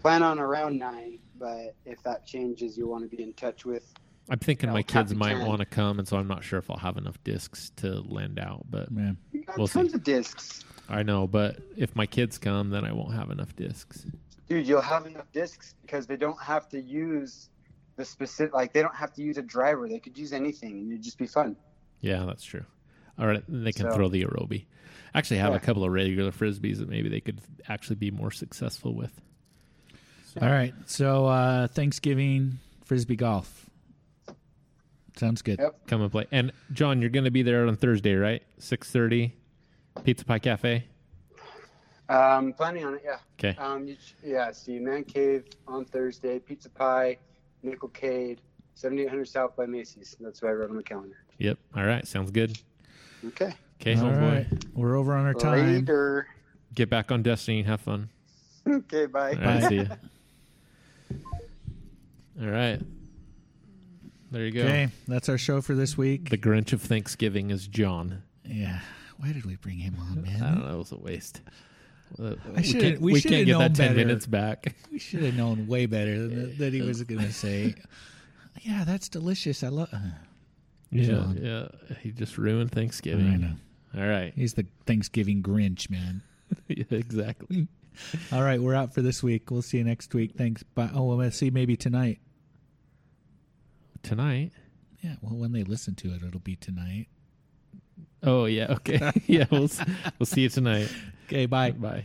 plan on around nine, but if that changes, you want to be in touch with.
I'm thinking
Well,
my kids
Captain
might
Ken.
want to come, and so I'm not sure if I'll have enough discs to lend out. But
Man,
We got
We'll see.
tons of discs,
I know, but if my kids come, then I won't have enough discs.
dude. You'll have enough discs because they don't have to use the specific. Like they don't have to use a driver. They could use anything, and it'd just be fun.
Yeah, that's true. All right, then they can
So-
throw the aerobie. Actually, have
Yeah.
a couple of regular frisbees that maybe they could actually be more successful with.
All right. So uh, Thanksgiving frisbee golf. Sounds good.
Yep.
Come and play. And John, you're going to be there on Thursday, right? Six thirty, Pizza Pie Cafe.
Um, planning on it, yeah.
Okay.
Um, you, sh- yeah, see Man Cave on Thursday, Pizza Pie, Nickelcade, 7800 South by Macy's. That's what I wrote on the calendar.
Yep. All right. Sounds good.
Okay.
Okay. Oh,
All
homeboy.
right. We're over on our time.
Later.
Get back on Destiny and have fun.
Okay, bye.
All right. See ya. All right. There you go.
Okay, that's our show for this week.
The Grinch of Thanksgiving is John.
yeah. Why did we bring him on,
I don't
man?
know. It was a waste. Uh,
Mm-hmm. should've-
can't,
we
we
should've
can't get
known
that 10
better.
minutes back.
We should have known way better than, that he was going to say. Yeah, that's delicious. I love.
Yeah.
John.
Yeah. He just ruined Thanksgiving.
I know.
All right.
He's the Thanksgiving Grinch, man.
Yeah, exactly.
All right, we're out for this week. We'll see you next week. Thanks. Bye. Oh, well, let's see maybe tonight.
Tonight.
Yeah, well, when they listen to it, it'll be tonight.
Oh yeah. Okay. yeah. We'll s- we'll see you tonight.
Okay, bye.
Bye.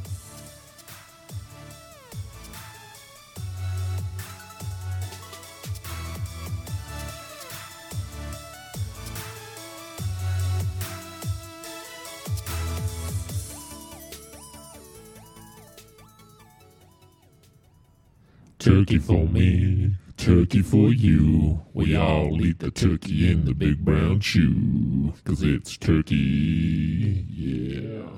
Turkey for me, turkey for you. We all eat the turkey in the big brown shoe. Cause it's turkey, yeah.